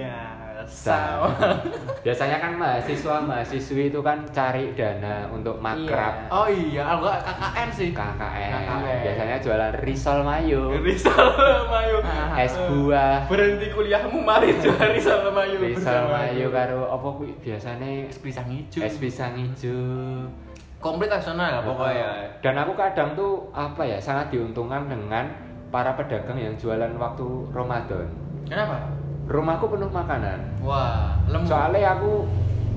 A: biasa
B: Sa- biasanya kan mahasiswa mahasiswi itu kan cari dana untuk makrab
A: oh iya aku nggak KKN sih
B: KKN
A: KKN.
B: biasanya jualan risol mayo
A: Rizal Mayu
C: Ah,
B: es buah
A: Eh, berhenti kuliahmu mari jual Rizal Mayu
B: risol
A: bersama
B: mayo karo apa kuwi biasanya
A: es pisang hijau
B: es kan. pisang hijau
A: komplit nasional pokoknya
B: Dan aku kadang tuh apa ya sangat diuntungkan dengan para pedagang yang jualan waktu Ramadan.
A: kenapa
B: Rumahku penuh makanan.
A: wah lemu
B: Soalnya aku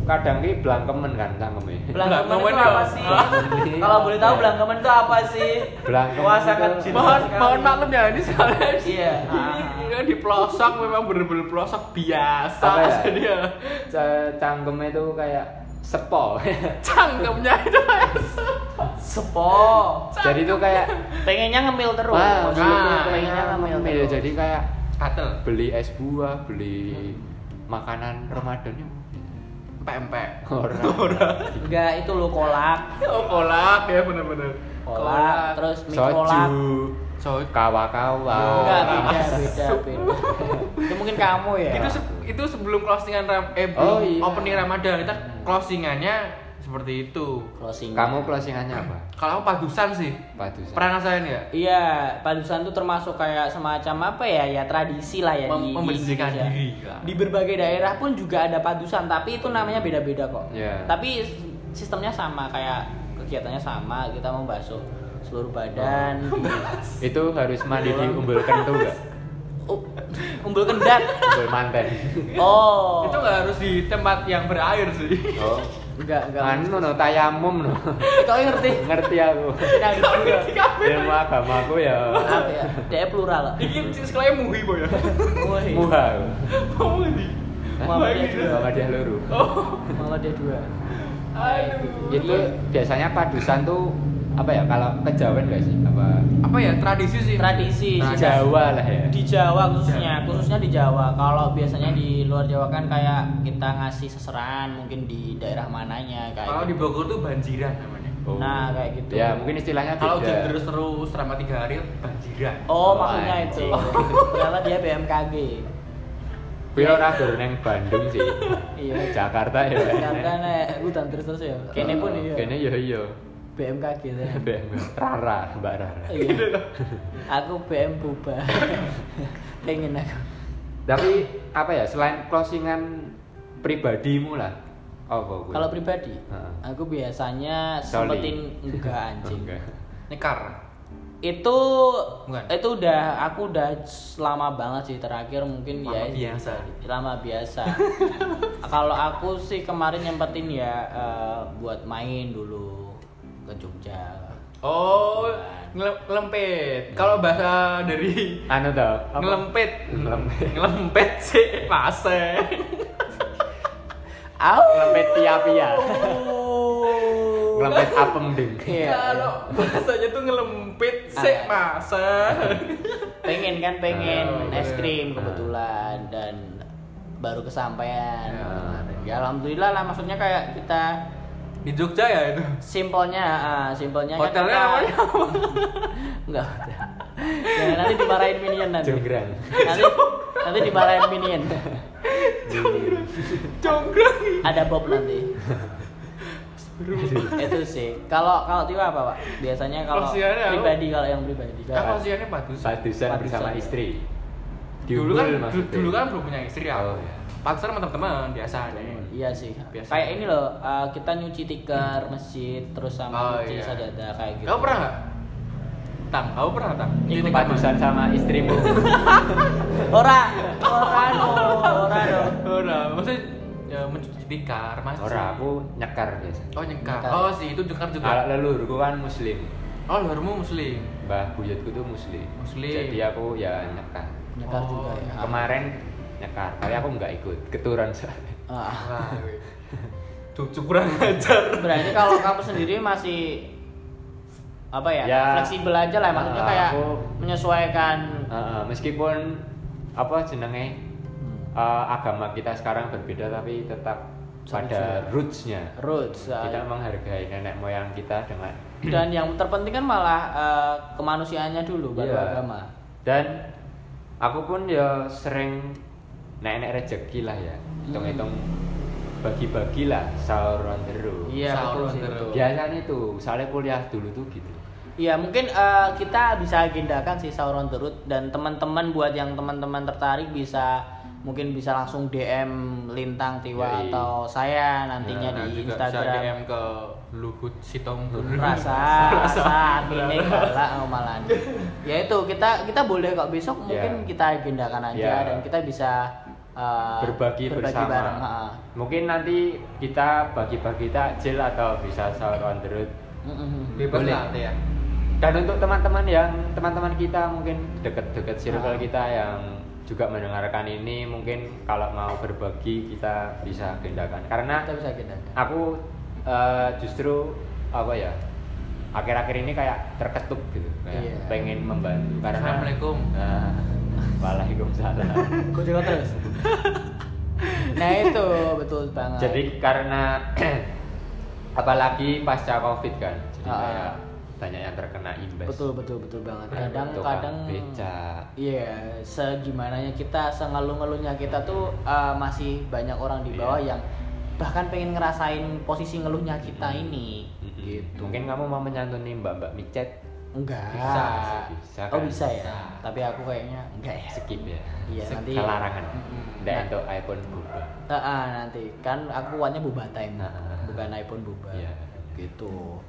B: kadang ki blangkemen kan tangkeme.
A: Belangkemen
C: Belangkemen itu apa
A: dong.
C: sih?
B: Belangkemen.
C: Kalau boleh tahu belangkemen itu apa sih?
B: Belangkemen
C: Puasa
B: itu-
C: kan
A: mohon mohon maklum ya ini soalnya
C: Iya.
A: ini, ini di pelosok memang bener-bener pelosok biasa
B: Apa ya?
A: jadi ya
B: Ca- Cangkeme itu kayak sepo.
A: cangkemnya itu
C: Sepo.
B: Jadi tuh kayak
C: Pengennya ngemil terus.
B: wah,
A: nah,
C: pengennya
B: nah,
C: ngemil
B: ngemil.
C: terus.
B: jadi kayak
A: katel
B: beli es buah, beli makanan Ramadan ya.
A: pempek
C: Oh.
B: Orang.
C: enggak itu lo kolak,
A: oh kolak ya bener-bener
C: kolak, terus mie kolak.
B: Soju,
A: Soju.
B: kawa-kawa.
C: Enggak,
A: Kolak.
C: beda, beda, beda. itu mungkin kamu ya.
A: itu se- itu sebelum closingan ram eh
B: Oh,
A: belum
B: iya.
A: opening ramadan
C: Hmm.
A: kita closingannya seperti itu
C: Closing.
B: Kamu closingannya apa?
A: kalau aku padusan sih
B: Padusan.
A: pernah ngerasain ya
C: Iya, padusan itu termasuk kayak semacam apa ya? Ya tradisi lah ya
A: Mem-
C: di- di
A: membersihkan
C: Indonesia.
A: diri lah.
C: Di berbagai daerah pun juga ada padusan, tapi itu namanya beda-beda kok.
B: Iya.
C: Tapi sistemnya sama kayak kegiatannya sama, kita membasuh seluruh badan.
A: Oh.
B: Itu harus mandi di umbul kentu enggak?
C: Oh, umbul kendat.
B: Umbul manten.
C: Oh.
A: itu nggak harus di tempat yang berair sih
B: Oh.
C: enggak enggak.
A: Kan?
B: Anu no tayamum no.
C: Kau yang ngerti?
B: Ngerti aku.
C: Nah, gitu juga.
B: Ilmu agamaku ya
C: Apa ya? Dia plural.
A: ini sekolahnya muhi boy ya
C: Woi.
B: muha.
A: kamu di
C: Muhammadiyah
A: Baik,
C: juga.
B: Sama dia luru.
A: oh
C: Malah dia dua.
A: aduh
B: Itu biasanya padusan tuh apa ya kalau kejawen enggak sih? Apa
A: apa ya tradisi sih
C: Tradisi.
A: Nah,
C: sih.
B: Jawa lah ya.
C: di Jawa khususnya khususnya di Jawa kalau biasanya di luar Jawa kan kayak kita ngasih seseran mungkin di daerah mananya kayak
A: kalau di
C: gitu.
A: Bogor tuh banjiran namanya
B: Oh.
C: Nah, kayak gitu.
B: Ya, mungkin istilahnya
A: kalau hujan
B: beda.
A: terus terus selama tiga hari banjiran
B: Oh,
C: oh maksudnya itu
B: anjing.
C: ternyata dia BMKG
B: Kuwi ora dur nang Bandung sih.
C: Iya.
B: Jakarta ya.
C: Jakarta nek hutan terus terus ya. Kene pun iya.
B: Kene yo yo.
C: BMKG ya.
B: BM Rara, Mbak Rara.
C: Iya. Aku BM buba. Pengen aku.
B: Tapi apa ya selain closingan pribadimu lah. Apa kuwi?
C: Kalau pribadi,
B: Heeh.
C: aku biasanya
B: Doli.
C: sempetin enggak anjing.
B: Enggak.
A: Nyekar.
C: Itu
A: Bukan.
C: itu udah aku udah lama banget sih terakhir mungkin
A: Lama iya.
C: ya
A: biasa.
C: lama biasa. Kalau aku sih kemarin nyempetin ya eh, buat main dulu ke Jogja.
A: Oh, ngele- ngelempet. Kalau bahasa dari
B: Anu toh. apa?
A: ngelempet,
B: Ngelempet.
A: ngelempet sih fase.
C: Au.
B: Ngelempet pia-pia.
A: Oh.
B: Ngelempet apem ding.
C: Iya.
A: Kalau bahasanya tuh ngelempet sih
C: Ah.
A: masa.
C: pengen kan
B: Oh,
C: pengen
A: iya.
C: es
B: Ah.
C: krim kebetulan dan baru kesampaian
A: Ya.
C: ya alhamdulillah lah maksudnya kayak kita
A: Di Jogja ya itu.
C: simpelnya ah, simpelnya
A: Hotelnya
C: kan
A: namanya
C: kita, enggak hotel. Ya, nanti dimarahin minion nanti
B: Jonggrang.
C: nanti nanti dimarahin minion
A: Jonggrang.
C: ada Bob nanti
B: Iya.
C: itu sih kalau kalau tiba apa pak biasanya kalau
A: Closingannya aku-
C: pribadi kalau yang pribadi
A: Kan
C: kalau
A: posisinya bagus.
B: Padusan bersama
C: Padusan.
B: istri.
A: Dulu kan
B: Diumbul
A: dulu,
B: maksudnya.
A: dulu kan belum punya istri ya.
B: Oh, iya.
A: Pacaran sama teman-teman biasa nih.
C: Iya sih.
A: Biasa.
C: Kayak ini loh, uh, kita nyuci tikar masjid terus
A: Oh,
C: sama nyuci
A: iya.
C: sajadah kayak gitu.
A: Kau pernah nggak? Tang, kau pernah tang?
B: Ikut
A: Titik
B: padusan sama istrimu.
C: Ora, ora no, ora no.
A: mana? Ora, maksudnya ya, mencuci tikar, masjid.
B: Ora aku nyekar biasa.
A: Oh nyengkar.
C: Nyengkar.
A: Oh sih itu nyengkar
B: Kalau
A: juga.
B: leluhurku kan muslim.
A: Oh leluhurmu muslim.
B: Mbah buyutku tuh muslim.
A: Muslim.
B: Jadi aku ya nyekar.
C: Nyekar
A: Oh,
C: juga ya.
A: Ah.
B: Kemarin nyekar, tapi aku nggak ikut. Keturun soalnya.
C: Ah.
A: Wah, weh. cucu kurang ajar.
C: Berarti kalau kamu sendiri masih apa ya?
B: Ya.
C: Fleksibel aja lah maksudnya
B: Ah,
C: kayak
B: aku-
C: menyesuaikan
B: Uh, uh, meskipun apa jenenge uh, agama kita sekarang berbeda tapi tetap
C: Satu
B: pada
C: juga.
B: rootsnya
C: roots. ah.
B: kita menghargai nenek moyang kita dengan
C: Dan yang terpenting kan malah uh, kemanusiaannya dulu baru
B: Iya.
C: agama.
B: dan aku pun ya sering nenek rezeki lah ya hitung-hitung bagi-bagi lah sahur on the road.
C: Hmm. Iya, betul
A: Sauron
C: sih.
A: terus.
B: biasanya itu soalnya kuliah dulu tuh gitu
C: Iya mungkin eh, kita bisa agendakan sih Sauron Turut dan teman-teman buat yang teman-teman tertarik bisa mungkin bisa langsung DM Lintang Tiwa
B: Yoi. Ya,
C: atau saya nantinya
A: Nah,
C: di
A: juga Bisa DM
C: Instagram
A: ke Luhut Sitompul.
C: rasa rasa ini malah malahan ya itu kita kita boleh kok besok
B: Ya.
C: mungkin kita agendakan aja
B: Ya.
C: dan kita bisa eh,
B: berbagi, bersama
C: bareng, ah. ha.
B: mungkin nanti kita bagi-bagi takjil atau bisa sahur on the road
C: Mm-mm.
A: Bebas
B: Boleh.
A: lah ya.
B: Dan untuk teman-teman yang teman-teman kita mungkin deket-deket circle
C: Ah.
B: kita yang juga mendengarkan ini mungkin kalau mau berbagi kita bisa agendakan karena
C: kita bisa agendakan
B: aku eh, justru apa ya akhir-akhir ini kayak terketuk gitu kayak
C: Iya.
B: pengen membantu karena
A: Assalamualaikum.
B: Nah, Waalaikumsalam
C: Gua juga terus nah itu betul banget
B: jadi karena apalagi pasca covid kan jadi
C: Ah.
B: kayak banyak yang terkena imbas
C: betul betul betul banget kadang
B: Tukang
C: kadang
B: becak.
C: iya segimananya kita sengeluh-ngeluhnya kita tuh uh, masih banyak orang di bawah
B: Iya.
C: yang bahkan pengen ngerasain posisi ngeluhnya kita
B: Mm-mm.
C: ini
B: Mm-mm.
C: gitu
B: Mm-hmm. Mungkin kamu mau menyantuni mbak-mbak micet
C: enggak
B: Bisa, bisa
C: oh
B: kan?
C: bisa ya
A: Bisa.
C: tapi aku kayaknya enggak ya
B: skip ya.
C: iya
A: Sek-
C: nanti
B: Kelarangan.
A: Mm-mm.
B: Nggak
C: Nah.
B: untuk iPhone boba.
C: Ah, ah, nanti kan aku kuatnya boba time
B: Ah.
C: bukan iPhone boba
B: Iya.
C: gitu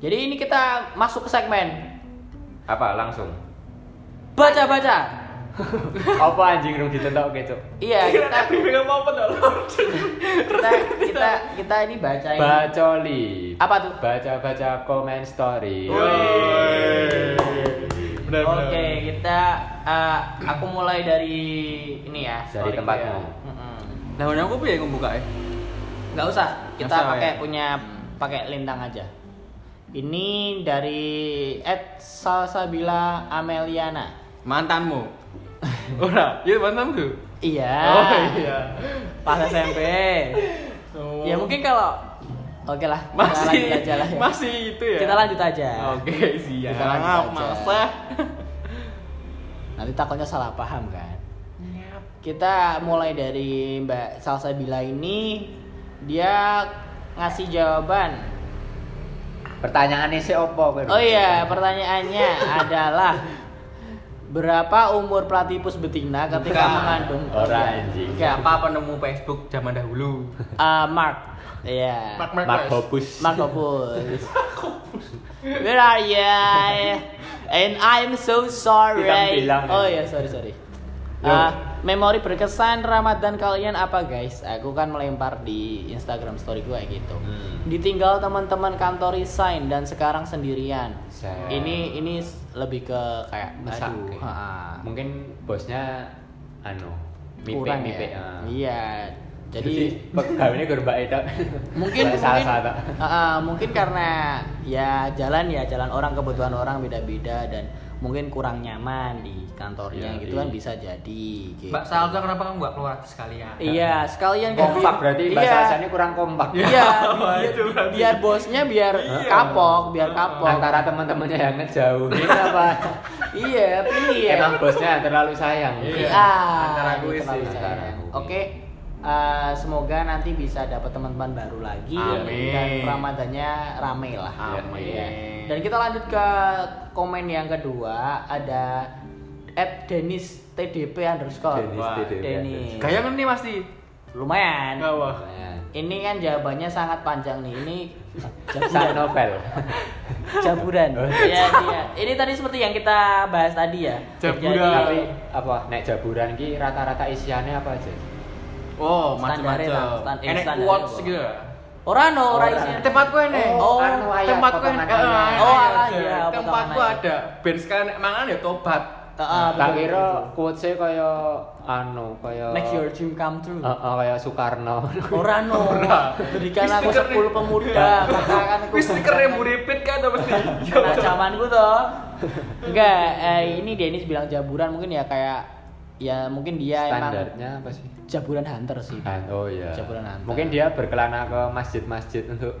C: jadi ini kita masuk ke segmen
B: Apa langsung?
C: baca baca
B: Apa anjing rung ditentok gitu?
C: iya kita
A: Briefing apa apa
C: kita kita kita ini bacain
B: Bacoli.
C: apa tuh
B: Baca-baca komen story.
A: Benar
C: oke kita eh, aku mulai dari ini ya
B: Dari
C: story
B: tempatmu.
C: gue ya. Mm-mm.
A: Nah, mana aku pilih yang buka ya?
C: nggak usah
A: Nggak
C: kita
A: usah,
C: pakai
A: ya?
C: punya pakai lintang aja ini dari Ed Salsabila Ameliana
A: Mantanmu. Ora, iya mantanku.
C: iya
A: Oh iya.
C: pas SMP
A: Oh.
C: ya mungkin kalau oke lah kita
A: masih
C: lanjut aja lah ya.
A: masih itu ya.
C: kita lanjut aja
A: Oke, siap.
B: Nah,
C: Kita lanjut aja.
A: Masa.
C: nanti takutnya salah paham kan kita mulai dari Mbak Salsabila ini dia ngasih jawaban
B: Pertanyaannya sih opo kowe?
C: Oh iya, pertanyaannya adalah berapa umur platipus betina ketika
A: Bukan.
C: mengandung
B: Ora,
C: Iya.
B: anjing.
C: Oke, apa?
A: Siapa penemu Facebook zaman dahulu?
C: Eh, Mark. Iya. Mark
B: Mark Hoppus.
C: Marco Pus. Where are you? And I'm so sorry.
B: Bilang-bilang,
C: oh
B: ya.
C: iya, sorry sorry.
B: Yo.
C: Ah, memori berkesan Ramadan kalian apa guys? Aku kan melempar di Instagram story gue gitu.
B: Hmm.
C: Ditinggal teman-teman kantor resign dan sekarang sendirian.
B: Sad.
C: Ini ini s- lebih ke kayak
B: Mesak,
C: aduh,
B: kayak.
C: ha-ha.
B: Mungkin bosnya anu mipe
C: kurang
B: mipe.
C: ya.
B: ah.
C: Iya. Jadi
B: pegawainya gue mbak Eda.
C: mungkin mungkin
B: salah salah.
C: Ah, ah, mungkin karena ya jalan ya jalan orang kebutuhan orang beda-beda dan mungkin kurang nyaman di kantornya
B: Iya,
C: gitu
B: iya.
C: kan bisa jadi gitu.
A: Mbak Salsa kenapa kamu nggak keluar sekalian?
C: Iya,
A: Oh,
C: sekalian kan
B: Kompak berarti
C: iya.
B: bahasa asalnya kurang kompak.
C: Iya, biar,
A: Itu berarti.
C: biar bosnya biar
A: Iya.
C: kapok, biar kapok.
B: Antara teman-temannya yang ngejauhin apa?
C: iya, pilih ya.
B: Emang bosnya terlalu sayang.
A: Iya.
C: Iya,
A: Antara
C: itu
A: gue sih.
C: terlalu sayang.
B: Antara gue.
C: Oke. eh, semoga nanti bisa dapat teman-teman baru lagi
A: Amin.
C: dan Ramadannya rame lah.
A: Amin.
C: Iya. Dan kita lanjut ke komen yang kedua ada at Dennis TDP underscore.
B: Dennis
A: Wah,
B: TDP.
C: Dennis.
A: Gaya kan nih pasti.
C: Lumayan.
A: Nggak wah.
B: Nah,
C: Ini kan jawabannya sangat panjang nih. Ini
B: Sang
C: jaburan.
B: novel.
C: jaburan.
B: Oh.
C: Iya, iya. Ini tadi seperti yang kita bahas tadi ya.
A: Jaburan.
B: Tapi
C: Jadi-
B: apa? Nek jaburan ki rata-rata isiannya apa aja?
A: Oh,
C: Standarnya
A: macam-macam.
C: lah, stand- eh,
A: Enek
C: standarnya
A: quotes
C: apa?
A: gitu. ya.
C: Ora no, ora
B: Ora.
C: isinya.
A: Tempatku enek.
C: Oh,
B: anu ayah,
A: tempatku
B: potongan
A: enek.
B: ayah.
C: Oh,
A: ayah,
C: ayah,
A: ada.
C: iya,
A: Tempatku
C: potongan ayah.
A: ada. Ben sekalian enek mangan ya tobat.
C: Heeh,
B: Tak
C: betul, betul.
B: kira quotes-e kaya anu kaya
C: Make your dream come true.
B: Eh, eh, kaya Soekarno.
C: Ora no.
A: Ora.
C: Berikan
A: Wis
C: aku
A: stiker nih.
C: 10
A: Iya.
C: pemuda, katakanku.
A: Wis stikernya mau repeat kan atau mesti?
C: Nah, zamanku toh. Enggak, eh, ini Dennis bilang jaburan mungkin ya kayak ya mungkin dia emang
B: Standarnya apa sih?
C: jaburan hunter sih.
B: Kan, oh iya.
C: Jaburan Antar.
B: Mungkin dia berkelana ke masjid-masjid untuk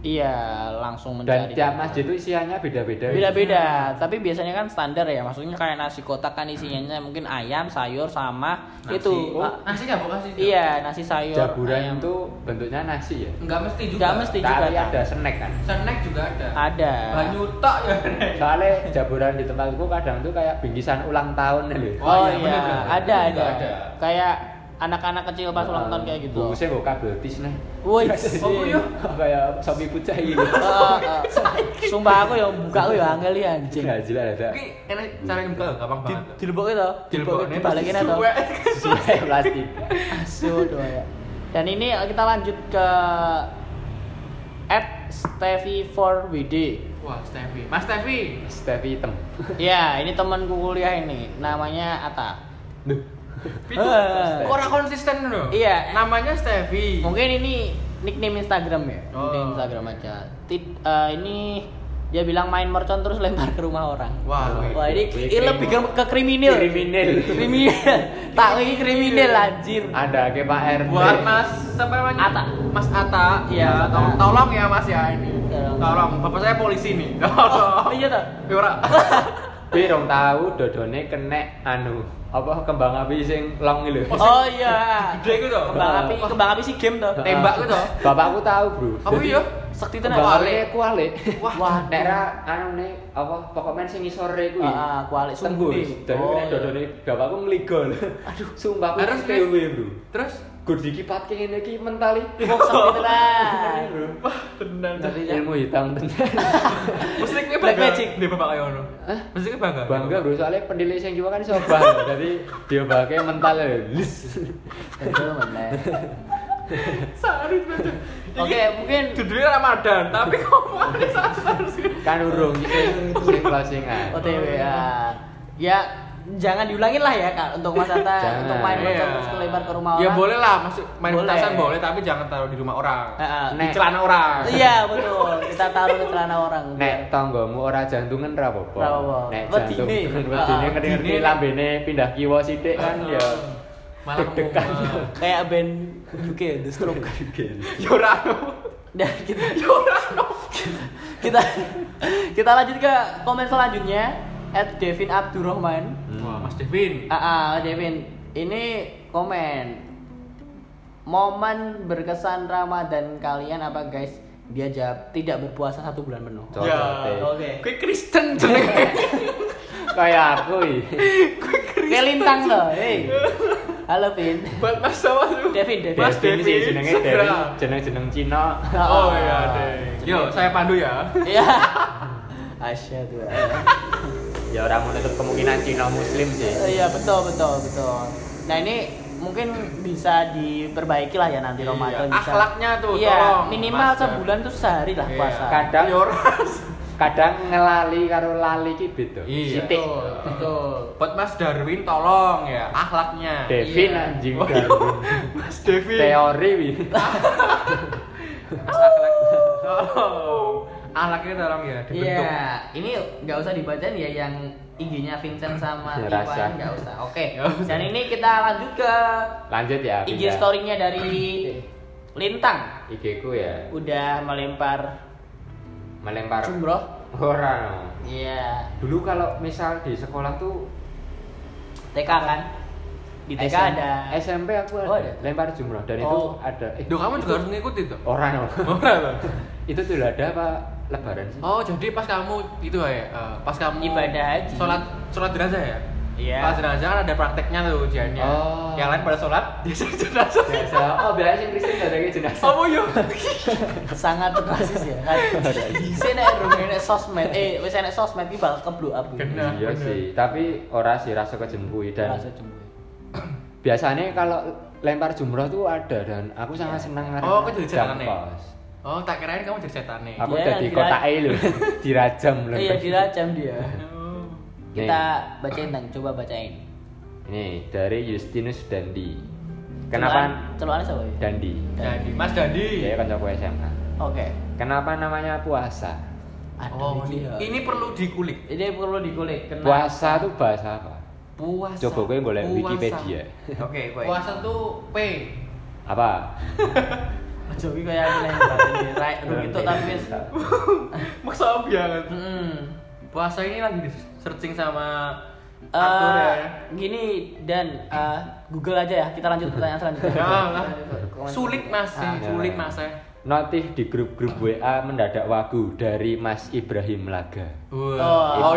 C: Iya, langsung
B: dan
C: mencari.
B: tiap masjid itu isiannya beda-beda.
C: beda-beda, tapi biasanya kan standar ya. Maksudnya kayak nasi kotak kan isinya mungkin ayam, sayur sama itu.
A: Oh,
C: Ah,
A: nasi nggak mau kasih?
C: Iya, nasi sayur. ayam.
B: Jaburan itu bentuknya nasi ya.
A: Enggak mesti juga.
C: Nggak mesti. Itu juga
B: Tapi
C: ada.
B: ada snack kan.
A: Snack juga ada.
C: ada.
A: Banyu tok ya. Nek.
B: Soalnya jaburan di tempatku kadang tuh kayak bingkisan ulang tahun ya, lho.
A: Oh,
C: Oh,
A: iya,
C: iya,
A: bener-bener.
C: ada ada.
A: Ada.
C: Kayak anak-anak kecil pas ulang tahun kayak gitu.
B: Bungkusnya gue kabel tis nih.
C: Woi.
A: Oh, iya.
B: Kayak sopi pucah gitu.
C: Eh, eh, Sumpah aku ya buka aku ya angel ya anjing.
B: Jelas jelas ada.
A: Tapi enak cara buka gampang
C: Di
A: banget.
C: dileboknya toh, dileboknya
A: Dileboknya
C: dibalikin ya
A: pasti
C: toh.
A: suwe.
B: Sesuai plastik.
C: Asu doa ya. Dan ini kita lanjut ke at Stevie 4 WD.
A: Wah, Stevie. Mas Stevie.
B: Stevie hitam.
C: Ya, ini temanku kuliah ini, namanya Ata.
B: Duh.
A: Itu
C: Eh.
A: kok ora konsisten loh.
C: Iya.
A: Namanya Stevie.
C: Mungkin ini nickname Instagram ya,
A: Oh.
C: nickname Instagram aja. Tit- eh, ini dia bilang main mercon terus lempar ke rumah orang.
A: Wah, wih.
C: Wah ini,
B: Wih,
C: ini lebih ke, ke kriminal.
B: Kriminal.
C: Kriminal. tak ini kriminal anjir.
B: Ada ke Pak RT.
A: buat Mas siapa namanya?
C: Ata.
A: Mas Ata.
C: Iya,
A: Mas
C: Ata.
A: Ata. Tolong, tolong ya Mas ya ini.
C: Tolong.
A: Tolong. Bapak saya polisi nih. Tolong.
C: Oh, iya toh.
A: Ya, ora.
B: Pi rong tahu dodone kena anu apa kembang api sing long lho.
A: Oh,
C: Oh iya.
A: Gede gitu toh.
C: Kembang api, kembang api sih game tuh.
A: tembak gitu.
B: Bapakku tahu, Bro.
A: Apa iya?
C: Sakti
B: Kembang
C: tenan.
B: api kuali.
A: Wah.
C: Wah, Ah,
B: Nek ra anu ne apa pokoknya sing ya. isore kuwi.
C: Heeh, kuali
B: Tembus. Dadi
C: Oh,
B: kena dodone bapakku ngeligo. Aduh, sumpah aku
A: Harus, Nek.
B: tewe, Bro.
A: Terus
B: Gur dikipatke ngene iki mentali.
C: sakti tenan.
B: Bro.
A: wah tenang.
C: Jadi ya.
B: Ilmu hitam tenan.
A: Mesti kowe
C: Black
A: bangga
C: magic.
A: di bapak kaya ngono.
B: Hah?
A: Mesti kowe bangga.
B: Bangga bro, soalnya penilai yang jiwa kan sobat Jadi dia bagai mental eh. ya Lis.
C: Betul meneh.
A: Sarit banget.
C: Oke, mungkin
A: Judulnya Ramadan, tapi ngomongnya sasar sih.
B: Kan urung, sing sing ah. closingan
C: OTW ya. Ya jangan diulangin lah ya Kak untuk Mas Ata
B: Jangan.
C: untuk main mercon
A: Iya.
C: terus lebar ke rumah orang.
A: Ya boleh lah, masuk main
C: Boleh.
A: petasan boleh, tapi jangan taruh di rumah orang.
C: Heeh. Nah.
A: Di celana orang.
C: Iya, betul. Kita taruh ke celana orang.
B: Nek tanggamu ora jantungan ra apa-apa.
C: Ra apa-apa.
B: Nek
C: Wedine.
B: jantungan wedine
C: Ah,
B: ngerti
A: wedine.
B: lambene pindah kiwa sithik kan ya.
A: malah
B: deg-degan.
A: ngomong.
C: kayak band UK The Stroke.
A: Ya ora.
C: Dan kita
A: Ya ora.
C: kita kita lanjut ke komen selanjutnya at Devin Abdurrahman
A: Wah, Mas Devin.
C: ah ah, Devin Ini komen. Momen berkesan Ramadan kalian apa guys? Dia jawab tidak berpuasa satu bulan penuh.
B: Cocok deh.
C: oke.
A: Gue Ya, Kristen jenenge.
B: Kayak aku. ih.
C: Kayak lintang loh. Hey. Halo Vin.
A: Buat Mas sama lu.
C: Devin, Devin.
A: Mas
B: Devin sih
A: Devin,
B: jenenge
A: Sabra.
B: Devin, jeneng-jeneng Cina.
A: Oh iya
C: ah.
A: deh. Yo, saya pandu ya.
C: Iya. Asyhadu. an-
B: Ya orang menutup kemungkinan Cina muslim sih.
C: Iya betul betul betul. Nah ini mungkin bisa diperbaiki lah ya nanti
A: Iya,
C: Ramadan bisa.
A: akhlaknya tuh,
C: Iya,
A: tolong,
C: minimal
A: Mas, ya.
C: sebulan tuh sehari lah
A: Iya.
C: puasa.
B: Kadang
A: Yo, Ras.
B: kadang ngelali karo lali ki beda.
A: Iya.
B: Sithik.
C: Betul, betul.
A: Buat Mas Darwin tolong ya, akhlaknya.
B: Devin
C: Iya.
B: anjing
A: Oh, iya.
B: Darwin.
A: Mas Devin.
B: Teori wi.
A: Mas akhlak. Tolong. Akhlaknya tolong ya dibentuk.
C: Oh. Iya, ini nggak usah dibacain ya yang IG-nya Vincent sama
B: Ya, rasa.
C: Iwan nggak usah. Oke,
A: Nggak usah.
C: dan ini kita lanjut ke
B: Lanjut ya.
C: IG
B: pindah.
C: story-nya dari Lintang.
B: IG ku ya
C: Udah melempar
B: melempar
C: jumroh.
B: orang.
C: Iya,
B: Dulu kalau misal di sekolah tuh
C: TK kan? Di TK
B: SM
C: ada.
B: SMP aku ada,
C: Oh, ada.
B: lempar jumroh dan itu
C: Oh.
B: ada eh,
A: Duh, kamu juga harus Oh. ngikutin tuh.
B: orang loh.
A: Ora loh.
B: itu tidak ada apa lebaran sih
A: Oh, jadi pas kamu itu ya, eh, pas kamu
C: Ibadah haji.
A: Sholat sholat jenazah ya?
C: Iya.
A: Pas jenazah kan ada prakteknya tuh ujiannya.
B: Oh.
A: Yang lain pada sholat, dia sholat jenazah.
B: Jenazah. oh biasanya sih Kristen gak ada yang jenazah
A: Oh, yo.
C: sangat terbasis ya kan saya nek rumah nek sosmed eh wis nek sosmed iki bakal keblu up
A: Kena. Bener,
B: iya
A: bener.
B: sih tapi ora sih rasa kejempui dan
C: rasa cemburu
B: biasanya kalau lempar jumroh tuh ada dan aku sangat senang karena
A: Oh, aku jadi
B: jam
A: senang, Nek.
B: kos.
A: Oh, tak kirain kamu jadi setan nih.
B: aku
C: Iya,
B: udah di
C: diraj-
B: kota E lho dirajam lho
C: iya dirajam dia
A: Oh.
C: kita bacain tang coba bacain
B: ini dari Justinus Dandi kenapa
C: Celuan- celuannya siapa ya
B: Dandi
A: Dandi, Mas Dandi.
B: ya
C: Iya,
B: kan aku SMA
C: oke
B: kenapa namanya puasa
A: Oh,
C: Aduh,
A: ini,
C: ya.
A: ini perlu dikulik.
C: ini perlu dikulik kena
B: puasa tuh bahasa apa
A: Puasa.
B: Coba gue golek
A: Puasa.
B: Wikipedia.
C: oke kowe
A: Puasa tuh P.
B: apa
C: aja iki kaya ngene right itu tapi wis Hmm.
A: Maksa banget.
C: heeh
A: Puasa ini lagi di searching sama aktor
C: Eh,
A: ya.
C: gini dan eh, Google aja ya kita lanjut pertanyaan selanjutnya.
A: Ya lah.
C: Komen-
A: Sulit masih,
C: Ah.
A: sulit ya. masih.
B: notif di grup-grup WA mendadak wagu dari Mas Ibrahim Laga
A: Wah.
C: Oh,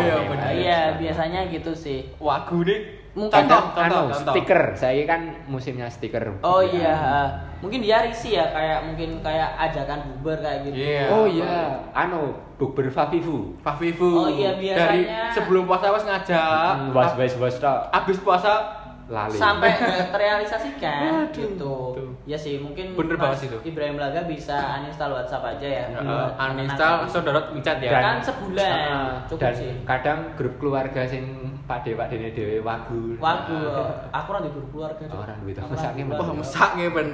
A: Oh, iya
B: iya,
A: benar.
C: Iya, biasanya gitu sih.
A: Wagu nih.
C: Mungkin
A: Contoh, contoh,
B: Kadang, anu,
A: contoh.
B: stiker saya kan musimnya stiker
C: Oh
B: WA.
C: iya, eh, mungkin dia risih ya kayak mungkin kayak ajakan bubar kayak gitu.
A: Iya.
B: oh iya anu bukber Fafifu
A: Fafifu.
C: Oh, iya, biasanya.
A: Dari sebelum puasa wes ngajak.
B: Hmm, was was was tok.
A: Abis puasa
B: lali
C: Sampai nggak terrealisasikan
A: Aduh.
C: gitu.
A: Tuh.
C: Ya sih, mungkin
A: Bener
C: Mas
A: banget itu.
C: Ibrahim Laga bisa uninstall WhatsApp aja ya.
A: ya, eh,
C: buat
A: uninstall
C: menenangkan.
A: saudara WeChat ya.
C: Dan- kan sebulan,
B: Ah,
C: cukup
B: dan
C: sih.
B: kadang grup keluarga sing pak dewa dene dewe wagu
C: Waduh, aku nanti guru keluarga. Cuk.
B: Orang duit,
C: Aku
B: mesake
C: nanti
A: gitu,
B: men.
A: Wah,
C: keluarga.
A: mesak nggih ben.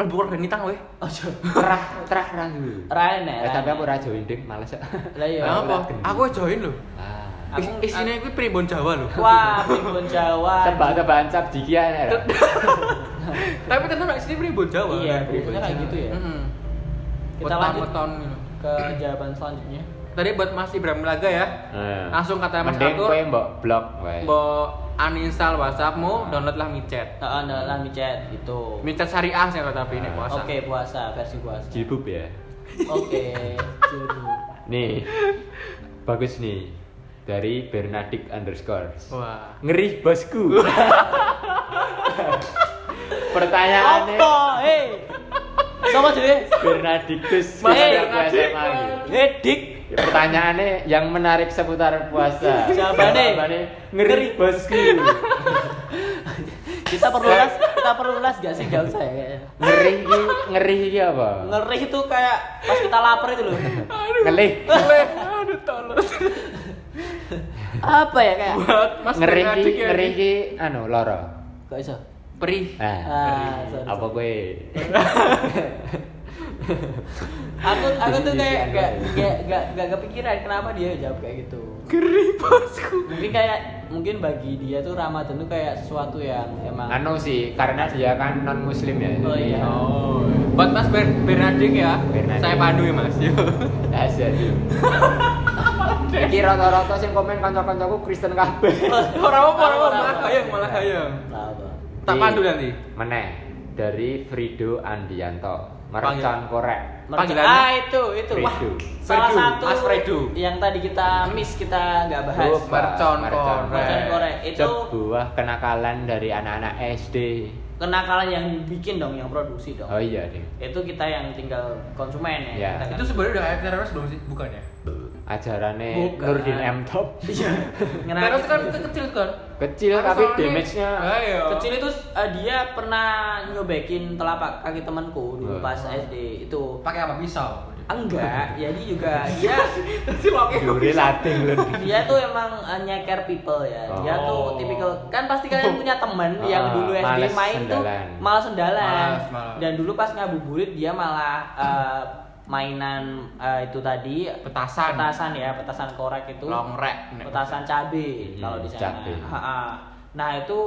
A: Ben bukur ben nitang weh.
C: Oh, cuk.
B: terah terah rangu
C: Raine,
B: Eh, tapi
C: raine.
B: aku ora join ding males ya
C: Lah iya.
A: Ya apa?
B: gendut.
A: Aku join lho.
B: Ah.
C: Aku-
A: Is- Isine kuwi primbon Jawa lho.
C: Wah, Primbon Jawa.
B: tebak-tebakan cap jikian ya Ra?
A: Tapi tentu nang sini primbon Jawa.
C: Iya,
B: Primbon
C: biasanya
B: Jawa.
C: kayak gitu ya.
A: Heeh.
C: Kita lanjut
A: Weton-weton gitu.
C: ke jawaban selanjutnya.
A: Tadi buat Mas Ibrahim Laga ya.
B: Eh.
A: Langsung kata Mas
B: Mending
A: Arthur.
B: kowe mbok blok wae.
A: Mbok uninstall WhatsAppmu, downloadlah micet.
C: Heeh, adalah micet gitu.
A: Micet syariah sih kalau tapi ini puasa.
C: Oke, puasa versi puasa.
B: Jilbub ya.
C: Oke, judul.
B: Nih. Bagus nih. Dari Bernadik underscore.
A: Wah.
B: Ngeri bosku. Pertanyaannya
C: Eh. Sama jadi
B: Bernadictus
C: Mas
B: Mas
A: Bernadictus.
B: SMA gitu.
C: Hedik.
B: Pertanyaannya yang menarik seputar puasa.
C: Jawabannya?
B: ngeri
C: Ngeri.
B: bosku.
C: Kita perlu las, kita perlu las gak sih? Gak usah ya. kayaknya.
B: Ngeri iki, ngeri iki apa?
C: Ngeri itu kayak pas kita lapar itu loh.
B: Ngelih.
A: Boleh. Aduh tolong.
C: Apa ya kayak?
A: Buat Mas
B: Ngeri iki,
A: Bernadik ya,
B: ngeri
A: ini.
B: iki anu lara.
C: Gak bisa.
A: Perih.
B: Ah,
C: Ah, sorry,
B: apa
C: sorry.
B: gue?
C: Aku aku tuh
B: Isi-isi
C: kayak
B: anu.
C: gak gak gak gak kepikiran kenapa dia jawab kayak gitu.
A: Ngeri bosku.
C: Mungkin kayak mungkin bagi dia tuh Ramadan tuh kayak sesuatu yang emang
B: Anu sih, karena dia kan non muslim ya.
C: Ah. Oh iya.
A: Oh. Buat Mas Ber Bernadik ya.
B: Bernadik.
A: Saya pandu ya Mas. Yo.
B: Asyik. ya, Iki rata-rata sing komen kanca-kancaku Kristen kabeh.
A: Ora apa-apa, ora apa-apa.
C: Ora apa-apa.
A: Malah hayang, malah hayang.
C: Nah, apa?
A: Tak pandu nanti.
B: Meneh dari Frido Andianto,
A: Panggilan.
B: mercon korek.
C: Mercon-
A: Panggilannya?
C: Ah itu itu
B: Fredo.
C: wah salah
A: Fredo,
C: satu
A: Mas Fredo.
C: yang tadi kita miss kita nggak bahas.
A: Oh, mercon korek.
C: Mercon korek.
A: Eh,
C: Itu-
B: sebuah kenakalan dari anak-anak SD.
C: Kenakalan yang bikin dong, yang produksi dong.
B: Oh iya deh.
C: Itu kita yang tinggal konsumen ya.
B: Iya.
C: kita kan.
A: Itu sebenarnya udah kayak teroris belum sih? Bukan ya?
B: Ajarannya
A: Bukan.
B: Nurdin M Top.
C: Ngerakit.
A: Teroris kan itu kecil kan?
B: Kecil
A: Karena
B: tapi
A: soalnya-
B: damage-nya
A: Ayo.
C: kecil itu eh, dia pernah nyobekin telapak kaki temanku
B: Oh.
C: dulu
A: Iya.
C: pas SD itu.
A: Pakai apa pisau?
C: Enggak, jadi juga dia
A: Si Loki.
B: Duri lating lu.
C: dia tuh emang eh, nyeker people ya. Dia
A: Oh.
C: tuh tipikal kan pasti kalian punya temen
B: Ah,
C: yang dulu SD
B: males
C: main tuh
B: sendalan.
C: malah sendalan.
A: Malas, malas.
C: Dan dulu pas ngabuburit dia malah eh, mainan eh, itu tadi
A: Petasan.
C: petasan ya, petasan korek itu.
A: Longrek. Nek.
C: Petasan cabe
A: Iya,
B: Hmm,
C: kalau di sana.
B: cabe.
C: Ha, ha. Nah, itu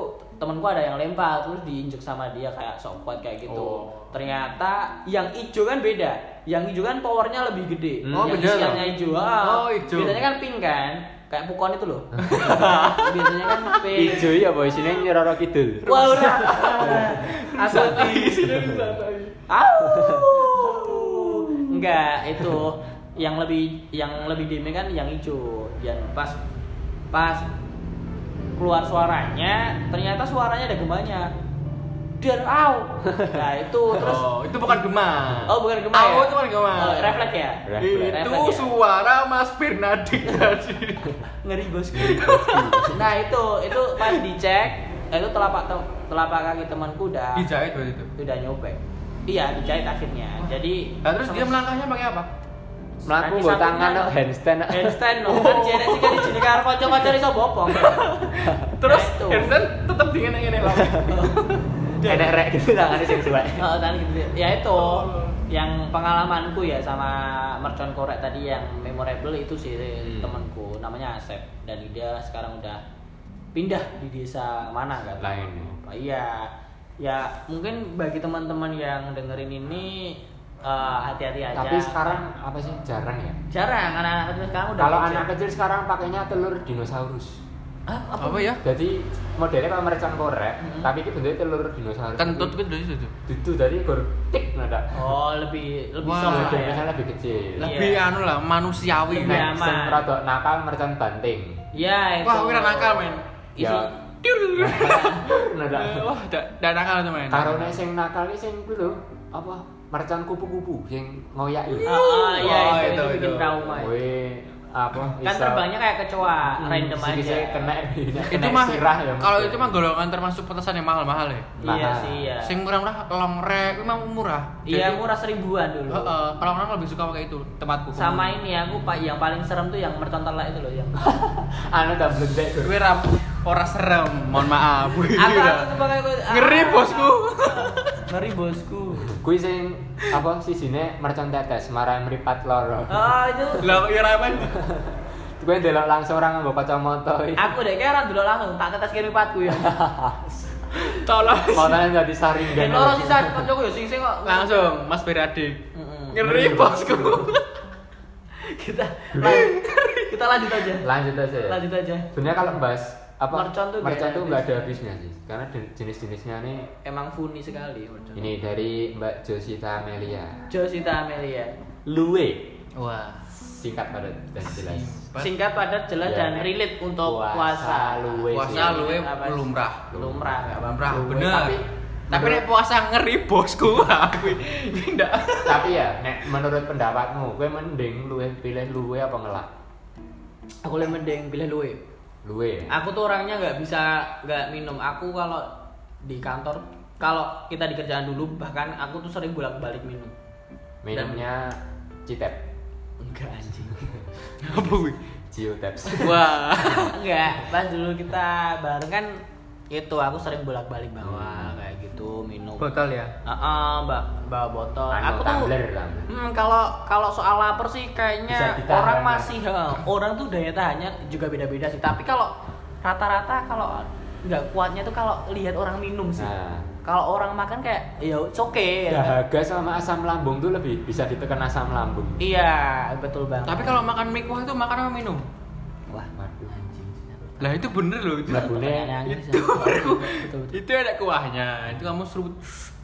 C: temenku ada yang lempar terus diinjek sama dia kayak sok kuat kayak gitu.
A: Oh.
C: Ternyata yang ijo kan beda. Yang ijo kan powernya lebih gede.
B: Hmm.
A: Oh,
C: yang
A: beda
C: isiannya
A: loh.
C: ijo. ah.
A: Oh, ijo.
C: Biasanya kan pink kan? Kayak pukon itu loh. Biasanya kan pink.
B: Ijo ya boy sini nyeroro kidul.
C: Wah, udah. Aku Au. Enggak, itu yang lebih yang lebih dime kan yang hijau. Dan pas pas keluar suaranya, ternyata suaranya ada gemanya. Dan au. Nah, itu terus
A: Oh, itu bukan gemar.
C: Oh, bukan gema ya?
A: Oh, itu bukan gema.
C: Oh, refleks ya?
B: Refleks.
A: Itu
C: Refleks ya?
A: suara Mas Bernadik tadi.
C: ngeri bosku nah itu itu pas dicek nah, itu telapak tem- telapak kaki temanku udah
A: Dijahit waktu itu.
C: udah nyobek iya dijahit akhirnya jadi
A: Nah, terus dia melangkahnya pakai apa?
B: Melaku
C: Kaki
B: mbok
C: sampingnya
B: tangan
C: no.
B: no, handstand. no.
A: Eh,
C: handstand no
B: Oh.
C: kan jene sing kan dijene karo kanca-kanca iso bopong
A: Terus
C: Nah, itu.
A: Hansen tetap dingin ini lah.
B: Enak rek gitu tangannya sing suwek.
C: Oh, tadi gitu. Ya itu
B: Oh.
C: yang pengalamanku ya sama mercon korek tadi yang memorable itu sih eh,
B: Hmm.
C: temanku namanya Asep dan dia sekarang udah pindah di desa mana kan?
B: Lain.
C: Iya. Ya mungkin bagi teman-teman yang dengerin ini eh, hati-hati aja.
B: Tapi sekarang apa sih jarang ya?
C: jarang anak-anak kecil sekarang udah
B: Kalau
C: kecil.
B: anak kecil sekarang pakainya telur dinosaurus.
C: Hah, apa?
A: Apa ya?
B: Jadi modelnya kalau mercon korek,
C: Mhm.
B: tapi itu bentuknya telur dinosaurus.
A: Mm-hmm. Kentut gitu dari situ.
B: Itu dari gortik nada.
C: Oh lebih lebih
A: Wah,
C: soft lah
B: Modelnya
C: ya.
B: misalnya lebih kecil.
C: Lah,
A: Lebih anu lah manusiawi.
C: Lebih
B: Nah,
C: aman.
B: sing rada nakal mercon banting.
C: Iya itu.
A: Wah, wira nakal, men.
C: Isi-
B: Ya. Nada.
A: Wah, da- da nakal tuh men.
B: Karone sing nakal iki sing kuwi lho, apa? Mercon kupu-kupu sing ngoyak
C: Ah,
B: itu.
C: ah,
A: Oh,
C: iya, itu, itu,
A: itu,
C: bikin
A: itu.
C: trauma. ya.
B: Weh, apa?
C: kan
B: iso-
C: terbangnya kayak kecoa
B: Hmm,
C: random aja Iya
B: sikisnya kena
A: Itu
B: kena
A: mah
B: sirah ya.
A: kalau
B: mungkin.
A: itu mah golongan termasuk petasan yang mahal-mahal ya.
C: iya
B: Mahal.
C: sih iya
A: Sing murah-murah longrek, itu mah murah.
C: iya
A: Jadi-
C: murah seribuan dulu
A: Heeh, kalau orang lebih suka pakai itu tempatku.
C: sama ini ya, aku pak yang paling serem tuh yang mercon telak itu loh yang aku
B: anu tak blendek dur.
A: Gue ram, orang serem, mohon maaf. Iya.
C: aku tuh pakai aku ah.
A: Ngeri bosku.
C: ngeri bosku
B: Kuwi sing apa sisine mercon tetes marah meripat loro.
C: ah itu
A: Lah ya ramen.
B: Kuwi ndelok langsung orang nggo kacamata iki.
C: aku deh kira dulu langsung tak tetes kiri patku ya
A: Tolong.
B: Motone dadi saringan.
C: dan loro sisa kocokku ya sing sing kok
A: Langsung Mas Beradik.
C: Mm-mm.
A: Ngeri bosku.
C: kita lan- kita lanjut aja
B: Lanjut aja. ya.
C: lanjut aja
B: Sebenarnya kalau bahas apa
C: Mercon tuh Hmm. nggak ada
B: nggak ada habisnya sih. Karena de- jenis-jenisnya nih
C: emang funny sekali mercon
B: ini dari Mbak Josita Amelia.
C: Josita Amelia
B: Luwe
A: Wah.
B: singkat padat dan jelas.
C: singkat padat jelas
B: Ya.
C: dan relate untuk
B: Puasa,
C: Iya. puasa,
B: luwe.
A: Puasa
B: sih.
A: luwe
C: Apa sih?
A: lumrah.
C: lumrah nggak apa-apa
A: Lumrah
B: Luwe,
A: bener.
B: tapi-
A: Tapi
B: bener.
A: nek puasa ngeri bosku aku. Tidak.
B: Tapi ya, nek menurut pendapatmu, gue mending luwe pilih luwe apa ngelak?
C: aku lebih mending pilih luwe
B: Luwe. ya?
C: aku tuh orangnya nggak bisa nggak minum aku kalau di kantor kalau kita di kerjaan dulu bahkan aku tuh sering bolak balik minum
B: Minumnya Citep,
C: enggak anjing
A: Apa gue?
B: Geotaps.
A: Wah.
C: enggak pas dulu kita bareng kan itu aku sering bolak balik bawa
B: Hmm.
C: kayak gitu minum
A: Botol ya.
C: Ah, ah, mbak bawa botol
B: Anu
C: aku tuh
B: tumbler tumbler.
C: Hmm, kalau kalau soal lapar sih
B: Bisa
C: kayaknya
B: ditahan,
C: orang
B: ya.
C: masih he, orang tuh daya tahannya juga beda-beda sih. Tapi kalau rata-rata kalau nggak kuatnya tuh kalau lihat orang minum sih.
B: Nah,
C: Kalau orang makan kayak ya it's okay. ya kan?
B: dahaga sama asam lambung tuh lebih bisa ditekan asam lambung.
C: Iya, betul banget.
A: Tapi kalau makan mie kuah itu makan apa minum?
C: wah,
B: Waduh.
C: anjing.
A: Lah itu bener loh itu.
B: Nah, boleh.
C: Pertanyaan yang
A: Itu aku.
C: Betul, betul.
A: Itu ada kuahnya. Itu kamu serut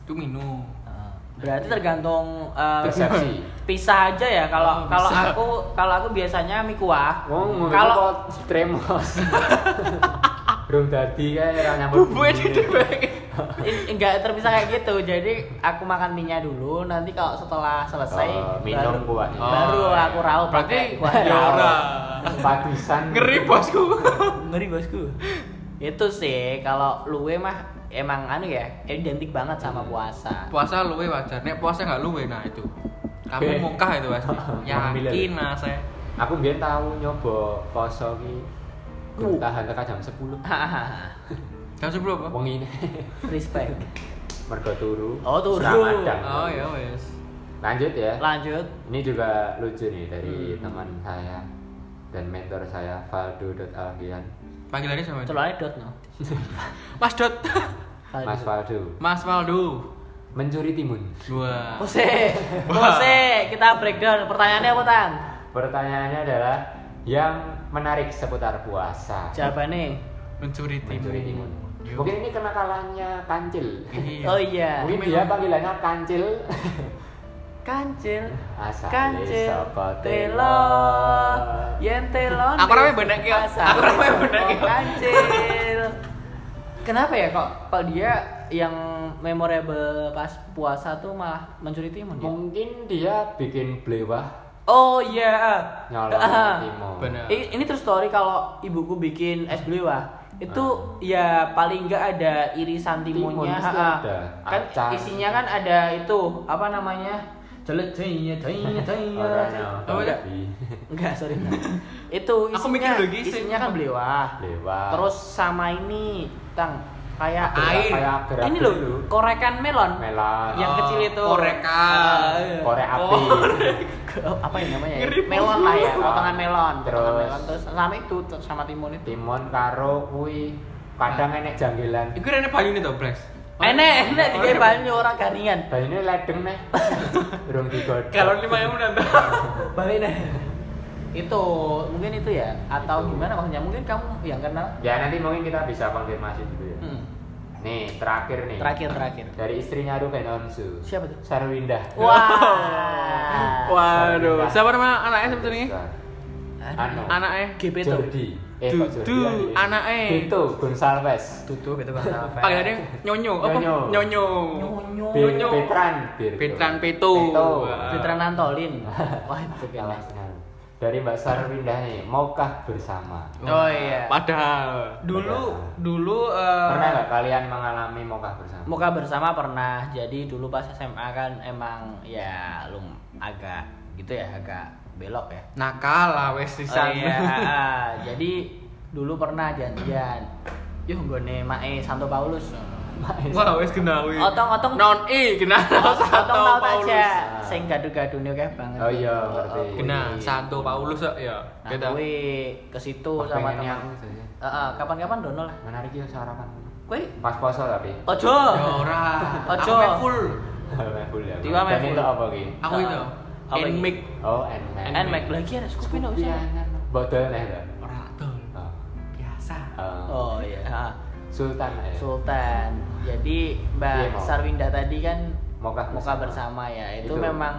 A: itu minum.
C: Nah, Berarti tergantung eh,
B: Persepsi. Hmm,
C: Pisah aja ya kalau
A: Oh,
C: kalau
A: bisa.
C: aku kalau aku biasanya mie kuah.
B: Wong
C: Kalau-
B: kalau tremos. Belum tadi kan ora nyambut.
A: Bubu itu tuh banget.
C: I- enggak terpisah kayak gitu. Jadi aku makan minyak dulu, nanti kalau setelah selesai
B: Oh, iya, minum
C: baru,
B: kuahnya.
C: Baru
A: Oh,
C: aku raut
A: Berarti
C: pakai kuah.
A: ya
C: raut.
A: ora.
B: Patisan.
A: Ngeri bosku.
C: Ngeri bosku. Itu sih kalau luwe mah emang anu ya, identik banget
B: Hmm.
C: sama puasa.
A: Puasa luwe wajar. Nek puasa nggak luwe nah itu.
B: Oke.
A: Kamu mungkah itu pasti. Yakin
B: Alhamdulillah.
A: nah saya.
B: Aku biyen tahu nyoba poso ki. Bertahan tekan jam 10.
C: Hahaha.
A: Jam sebelum apa?
B: Wong ini
C: Respect.
B: mergo turu.
C: Oh, turu.
B: Ramadan.
A: Oh ya wes.
B: Lanjut ya.
C: Lanjut.
B: Ini juga lucu nih dari
A: Hmm.
B: teman saya dan mentor saya Valdo.alfian.
A: Panggilannya sama dia.
C: Celana dot no.
A: Mas Dot.
B: Mas Valdo.
A: Mas Waldo.
B: Mencuri timun.
A: Dua.
C: Pose, pose, kita breakdown. Pertanyaannya apa tan?
B: Pertanyaannya adalah yang menarik seputar puasa.
C: Jawabannya.
A: Mencuri
B: Mencuri timun.
A: timun. Yo.
B: Mungkin ini kenakalannya kancil.
A: Iya.
C: Oh iya.
B: Mungkin dia panggilannya kancil.
C: Kancil,
B: Asale
C: kancil,
B: saka
C: telo,
B: telon.
C: yen telon.
A: Aku rame benek ya.
C: Asale
A: Aku rame
C: saka
A: benek ya.
C: Oh, Kancil. Kenapa ya kok kalau dia yang memorable pas puasa tuh malah mencuri timun ya?
B: Mungkin dia bikin blewah
C: Oh iya.
B: nyolong
C: Ah.
B: timun.
A: Bener.
C: I- Ini terus story kalau ibuku bikin es blewah itu ya paling enggak ada irisan
B: Timun
C: timunnya
B: pasti
C: ha-ha.
B: ada.
C: kan
B: Acar.
C: isinya kan ada itu apa namanya jelek
B: ya,
C: jenya jenya
B: Orangnya
A: Apa ya?
B: babi.
C: enggak sorry itu isinya
A: Aku mikir udah gising.
C: isinya kan blewah
B: blewah.
C: terus sama ini tang kayak
A: Apa? Air.
B: Kayak gerak
C: ini loh
B: dulu.
C: korekan melon
B: Melon.
C: yang
A: Oh,
C: kecil itu
A: korekan.
C: Ah, iya.
B: korek
A: Oh.
B: api.
C: apa ya namanya ya?
A: Ngeri
C: melon lah ya
B: banget.
C: potongan melon potongan
B: Terus.
C: melon terus sama itu terus sama timun itu
B: Timun karo kui
C: Ah.
B: kadang enek janggilan.
A: Iku rene banyu nih Blax.
C: enak enak tiga banyu orang garingan
B: Bayine ledeng neh. Durung digodhog.
A: Kalau lima yang udah
C: balik deh itu mungkin itu ya atau
B: Itu.
C: gimana maksudnya mungkin kamu yang kenal
B: Ya nanti mungkin kita bisa konfirmasi dulu ya.
C: Hmm,
B: Nih, terakhir nih.
C: terakhir terakhir
B: Dari istrinya Ruben Onsu.
C: siapa tuh Oh,
B: Sarwinda.
C: wah
A: Waduh. Siapa nama anaknya sebetulnya?
B: Anu.
A: Anaknya.
C: GP tuh
B: Jordi. Eh,
A: Dudu,
B: kok Jordi?
A: anaknya.
B: Itu Gonsalves.
C: tutup itu Eh. bang
A: Panggilannya Nyonyo. Apa?
B: Nyonyo.
A: Nyonyo.
C: nyonyo
B: Be-
A: Nyonyo.
B: Petran. Birto.
A: Petran Peto.
B: Peto.
A: Wah.
C: Fitra Nantolin wah itu
B: Salah
C: kena
B: sekali. Dari Mbak Sarwinda nih, maukah bersama?
C: Oh, iya.
A: Padahal
C: dulu dulu
B: Pernah
C: eh
B: nggak kalian mengalami maukah bersama?
C: muka bersama pernah jadi dulu pas SMA kan emang ya lum agak gitu ya agak belok ya
A: nakal lah wes di
C: Oh,
A: sana.
C: iya. Ah, jadi dulu pernah janjian. Yuh nggone mae Santo Paulus.
A: Wah, wes kenawi.
C: Otong-otong.
A: non i kena
C: Otong
A: satu
C: tau aja.
A: Paulus.
C: Sing gaduh-gaduhne akeh banget.
B: Oh, iya, ngerti.
C: Oh,
A: Kena
C: kuwi.
A: satu Paulus ya.
C: Nah,
A: Kita.
C: kuwi ke situ
B: Wah,
C: sama
B: pengennya
C: teman.
B: aku saja.
C: Heeh, kapan-kapan dono lah.
B: Menarik ya sarapan.
C: Kuwi
B: Pas poso tapi.
C: ojo.
A: Ya ora. Aku
C: Ojo.
A: main full.
B: Mebul ya.
C: Tiwa
B: Dan
C: mebul.
B: itu apa ki?
A: Aku itu.
C: Apa
A: And
C: ini?
A: mic.
B: Oh, Enmek.
A: Nmac.
C: And Mike lagi ada Scoopy no
B: Iya,
C: usah.
B: Bodol neh lho.
A: Ora tol.
B: Oh.
A: Biasa.
B: Eh,
C: Oh iya. Ah,
B: Sultan ya.
C: Sultan. Jadi
B: Iya,
C: Mbak
B: mau.
C: Sarwinda tadi kan
B: Maukah
C: muka bersama ya itu,
B: Itu.
C: memang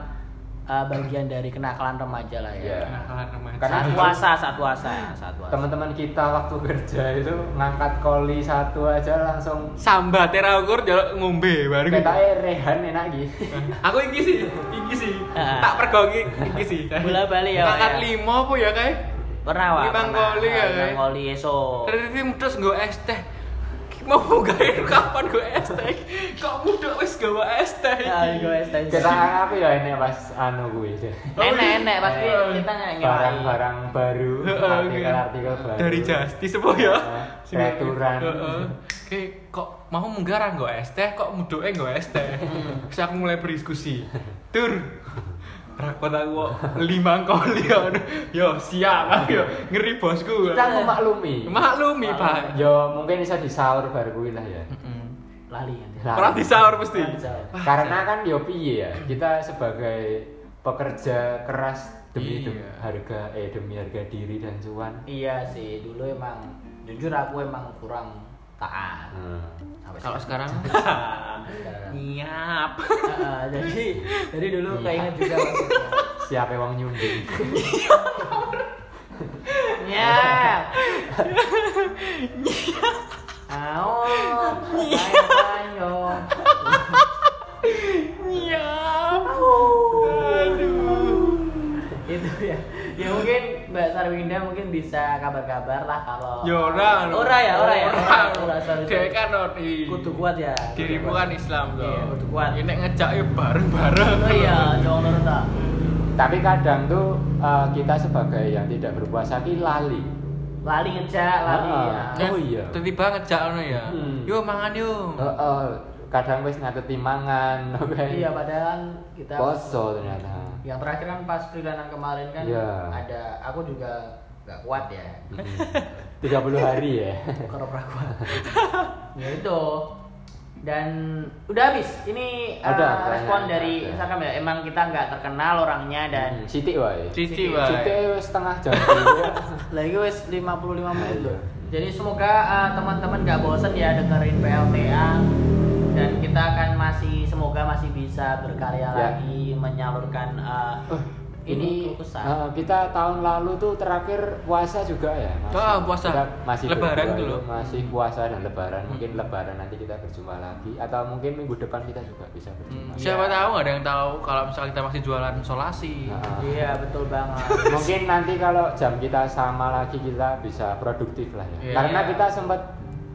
C: uh, bagian dari kenakalan remaja lah ya
B: Iya.
A: Kenakalan remaja.
B: Karena
C: saat
B: dulu-
C: puasa saat puasa saat puasa
B: Teman-teman kita waktu kerja itu ngangkat koli satu aja langsung
A: Samba terakur jaluk ngombe baru gitu.
B: ketake Rehan enak iki.
A: Aku iki sih, iki sih.
C: Ah.
A: Tak pergoki iki sih.
C: Bola bali ya,
A: Ngangkat
C: Pak, ya.
A: lima apa ya kae?
C: pernah wah
A: Lipang
C: pernah.
A: koli ya,
C: Lipang
A: kan?
C: koli eso
A: Terus terus nggo es teh. Mau gawe kapan gue es teh? Kok muda wis gawe es teh? iki?
C: Ay, gue es teh.
B: Kita aku ya enak pas anu kuwi.
C: enak enak pasti
A: Iya.
C: kita nggak ngewain
B: Barang-barang baru,
A: Heeh,
B: artikel-artikel baru.
A: Dari justice apa ya?
B: Heeh, peraturan.
A: Heeh. Oke, kok mau menggarang nggo es teh, kok mudoke nggo es teh. Terus aku mulai berdiskusi. Tur. Rakot aku kok lima kali ya. Yo, siap aku yo. Ngeri bosku.
B: Kita memaklumi.
A: Maklumi, Pak.
B: Yo mungkin bisa disaur bar kuwi lah ya.
C: lali ya.
B: Lah,
A: Perhati sahur pasti.
C: Perhati sahur.
B: Karena kan yo piye ya, kita sebagai pekerja keras demi
A: Iya.
B: dem- harga eh demi harga diri dan cuan.
C: iya sih dulu emang jujur aku emang kurang taat
B: Hmm.
C: Sampai
A: Kalau sekarang
C: sekarang.
A: nyiap.
C: Heeh, jadi jadi dulu
A: Iya.
C: keinget juga maksudnya.
B: Siapa yang nyunding?
A: Iya.
C: Ya. Ao, ayo.
A: Nyiap. Aduh.
C: Itu ya. Ya mungkin Mbak Sarwinda mungkin bisa kabar-kabar lah kalau.
A: Ya ora. lho.
C: Ora ya, ora ya.
A: Ora.
C: Ora, sorry,
A: Dek
C: sorry.
A: kan ora. i-
C: Kudu kuat ya.
A: dirimu kan Islam kok.
C: Iya, kudu kuat.
A: Ini ngejak ya bareng-bareng.
C: Oh iya, jangan lurus tak.
B: Tapi kadang tuh eh, kita sebagai yang tidak berpuasa ki lali.
C: Lali ngejak, lali.
B: Heeh.
C: ya.
B: Oh iya.
A: Kan
B: Oh.
A: Tiba-tiba ngejak ngono ya.
B: Hmm.
A: Yo mangan yo.
B: Heeh, kadang wis ngateti mangan, oke.
C: Iya, padahal kita
B: Poso ternyata.
C: Yang terakhir kan pas freelance kemarin kan
B: Iya.
C: ada aku juga nggak kuat ya.
B: 30 hari ya.
C: Kalau prakuat. ya itu. Dan udah habis. Ini uh,
B: Ada, ada,
C: respon
B: ada,
C: dari
B: ada.
C: Instagram ya. Emang kita nggak terkenal orangnya dan
B: Hmm, Sithik wae.
A: Cici
C: Cici.
B: Sithik
A: wae.
B: wis setengah jam dulu. ya.
C: lagi wes 55 menit
B: Ayo.
C: loh. Jadi semoga uh, teman-teman nggak bosen ya dengerin PLTA dan kita akan masih semoga masih bisa berkarya
B: Ya.
C: lagi menyalurkan uh,
B: Oh,
C: ini
B: ini
C: kesan.
B: eh, kita tahun lalu tuh terakhir puasa juga ya. Masih,
A: Ah, puasa.
B: Kita masih
A: Lebaran
B: berdua
A: tuh loh.
B: Masih puasa dan lebaran. Mungkin
A: Hmm.
B: lebaran nanti kita berjumpa lagi atau mungkin minggu depan kita juga bisa
A: Hmm,
B: berjumpa.
A: Siapa
C: Iya.
A: tahu nggak ada yang tahu kalau misalnya kita masih jualan solasi.
B: Nah,
C: Iya betul banget.
A: Hmm.
B: mungkin nanti kalau jam kita sama lagi kita bisa produktif lah ya.
A: Iya.
B: Karena kita sempat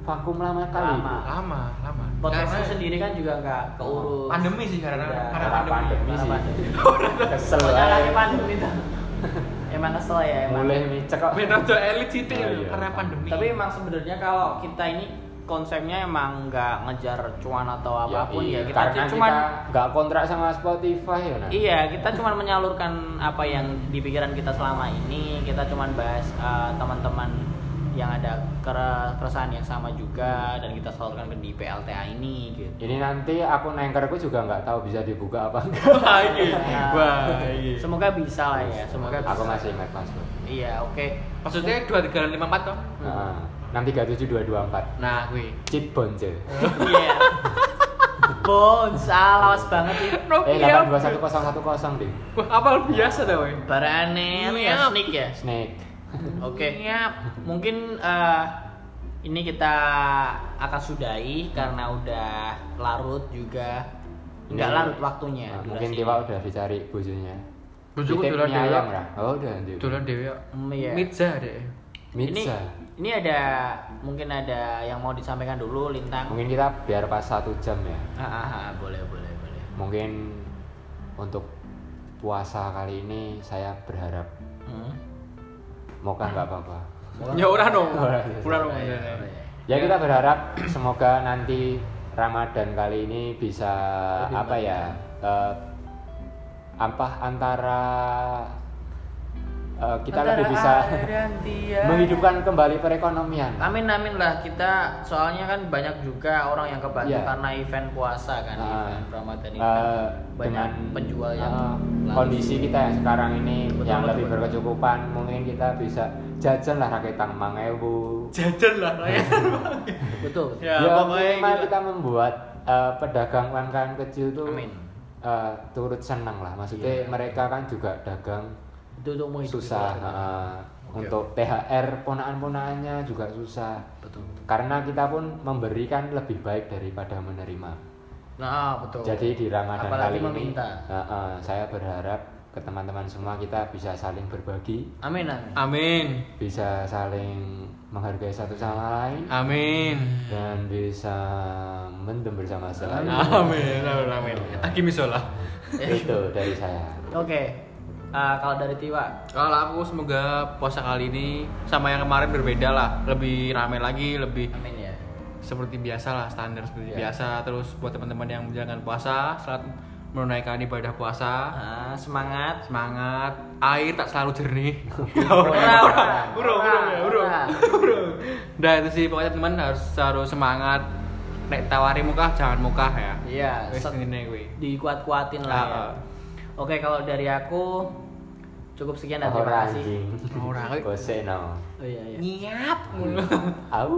B: vakum lama kali.
C: Lama.
A: Lama, lama.
C: Podcastku
A: Karena
C: sendiri kan juga nggak keurus.
A: pandemi sih karena karena
C: Iya.
B: Karena
A: pandemi.
B: pandemi
C: Karena pandemi.
B: sih. Kesel
C: Masalahnya
B: aja.
C: pandemi tuh. Emang kesel ya emang.
B: Mulai micek kok.
A: Ben rada elit sithik
B: Oh,
A: lho,
B: iya.
A: karena pandemi.
C: Tapi emang sebenarnya kalau kita ini konsepnya emang nggak ngejar cuan atau apapun ya,
B: iya.
C: kita
B: karena
C: cu- cuman
B: kita nggak kontrak sama Spotify ya. Nah.
C: iya kita cuman menyalurkan apa yang di pikiran kita selama ini kita cuman bahas eh, teman-teman yang ada kere- keresahan yang sama juga dan kita salurkan ke di PLTA ini gitu
B: Ini nanti akun anchorku juga nggak tahu bisa dibuka apa enggak.
A: Wah, iya. iki.
C: Nah,
A: Wah, iya. iki.
C: semoga bisa lah ya semoga
B: Aku
C: bisa.
B: masih ingat password.
C: iya oke
A: Maksudnya 2354 toh?
B: Heeh. Ah, Enam tiga tujuh dua dua empat.
A: Nah, kuwi.
B: Cheat bonce.
C: iya bon salah lawas banget itu
B: Eh
C: iya,
B: delapan dua satu nol satu nol
A: iya.
B: deh.
A: Wah, apal biasa dah weh.
C: Barane
A: Iya.
C: ya sneak ya.
B: Snake.
C: Oke. Iya, Mungkin eh, ini kita akan sudahi karena udah larut juga. Enggak
B: Ini-
C: larut waktunya.
B: Nah,
C: durasinya.
B: mungkin Dewa udah dicari bojonya.
A: Bojoku
B: Titip
A: dolan
B: mie
A: Dewa.
B: ayam lah. Oh udah nanti.
A: Dolan dhewe kok.
C: Hmm, iya.
A: Mitza deh.
C: Ini
B: Pizza.
C: ini ada mungkin ada yang mau disampaikan dulu Lintang.
B: Mungkin kita biar pas satu jam ya.
C: Ah, ah, ah, boleh boleh boleh.
B: Mungkin untuk puasa kali ini saya berharap
C: Hmm.
B: moga nggak apa-apa.
A: Ya ora no.
B: Ora, iya.
A: Ora no.
C: Boleh, boleh.
B: Ya kita berharap semoga nanti Ramadan kali ini bisa
C: Lebih
B: apa ya? eh, apa antara eh, kita
C: Antara
B: lebih bisa
C: ada dan tiada.
B: menghidupkan kembali perekonomian. eh,
C: Amin amin lah kita soalnya kan banyak juga orang yang kebantu
B: Iya.
C: karena event puasa kan
B: Ah.
C: event Ramadan ini
B: Eh,
C: banyak penjual yang
B: eh,
C: laris.
B: kondisi kita yang sekarang ini
C: Betul,
B: yang
C: betul,
B: lebih
C: betul.
B: berkecukupan mungkin kita bisa jajan lah raketang mangewu
A: Jajan lah rakyat.
C: betul. betul.
A: Ya,
B: ya,
A: pokoknya
B: minimal
A: gitu.
B: kita membuat eh, pedagang umkm kecil tuh
C: Amin. Iya.
B: eh, turut senang lah maksudnya mereka kan juga dagang
C: Oh, Itu untuk menghidupi
B: susah
C: keluarga.
B: eh,
C: Oke,
B: untuk THR ponaan-ponaannya juga susah
C: Betul. betul.
B: karena kita pun memberikan lebih baik daripada menerima
C: Nah betul.
B: jadi di Ramadan kali
C: Apalagi meminta.
B: ini eh, eh, saya berharap ke teman-teman semua kita bisa saling berbagi
C: Amin amin.
A: Amin.
B: bisa saling menghargai satu sama lain
A: Amin.
B: dan bisa mendem bersama sama
A: Amin. Amin. Amin. Akimi sholat.
B: itu dari saya
C: Oke. Ah, kalau dari Tiwa
A: Kalau aku semoga puasa kali ini sama yang kemarin berbeda lah, lebih rame lagi, lebih
C: amin ya.
A: seperti biasa lah standar seperti
B: Iya.
A: biasa. Terus buat teman-teman yang menjalankan puasa, selamat menunaikan ibadah puasa.
C: Ah, semangat.
A: semangat air tak selalu jernih
C: Ora, ora.
A: Urung, urung, ya, urung.
C: Ora.
A: Urung. nah itu sih pokoknya teman harus harus semangat nek tawari mukah jangan mukah ya
C: Iya.
A: wis
C: set-
A: ngene kuwi
C: Dikuat-kuatin lah ya.
A: Ah, ah.
C: Oke kalau dari aku cukup sekian dan terima
B: orang
C: kasih.
B: anjing
A: ora kuwi
B: Bose, no
C: Oh iya iya.
A: nyiap mulu
B: Au.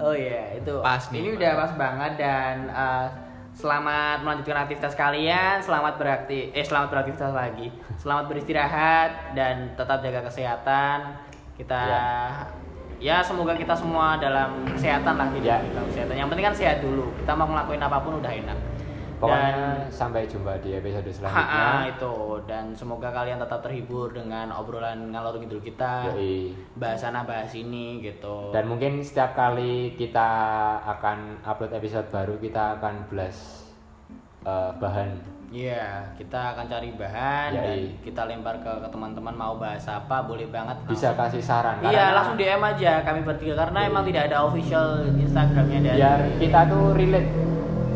C: Oh iya, itu.
A: Pas nih,
C: Ini
A: Pak.
C: udah pas banget dan eh, selamat melanjutkan aktivitas kalian, selamat beraktif eh selamat beraktivitas lagi. Selamat beristirahat dan tetap jaga kesehatan. Kita
B: Ya.
C: ya semoga kita semua dalam kesehatan lah
B: Ya.
C: tidak dalam kesehatan. Yang penting kan sehat dulu. Kita mau ngelakuin apapun udah enak.
B: Pokoknya sampai jumpa di episode
C: dan ha
B: selanjutnya.
C: itu dan semoga kalian tetap terhibur dengan obrolan ngalor ngidul kita.
B: Yoi.
C: Bahas sana bahas ini gitu.
B: Dan mungkin setiap kali kita akan upload episode baru kita akan blast eh, bahan
C: Iya, kita akan cari bahan
B: Yai.
C: dan kita lempar ke, ke teman-teman mau bahas apa, boleh banget.
B: bisa kasih
C: langsung.
B: saran.
C: Iya,
B: Karena Iya.
C: langsung DM aja kami bertiga karena
B: Yai.
C: emang tidak ada official Instagramnya dari.
B: Biar kita tuh relate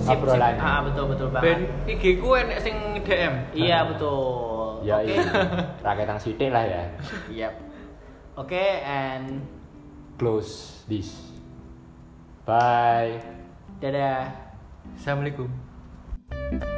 C: Sip, sip.
B: Iya, obrolannya.
C: Ah, betul betul
A: ben
C: banget.
A: IG ku enek sing DM
C: Iya betul.
B: Ya
C: Oke.
B: iya. Raketang sidik lah ya.
C: Yap. Oke and
B: Close this. Bye.
C: dadah.
A: assalamualaikum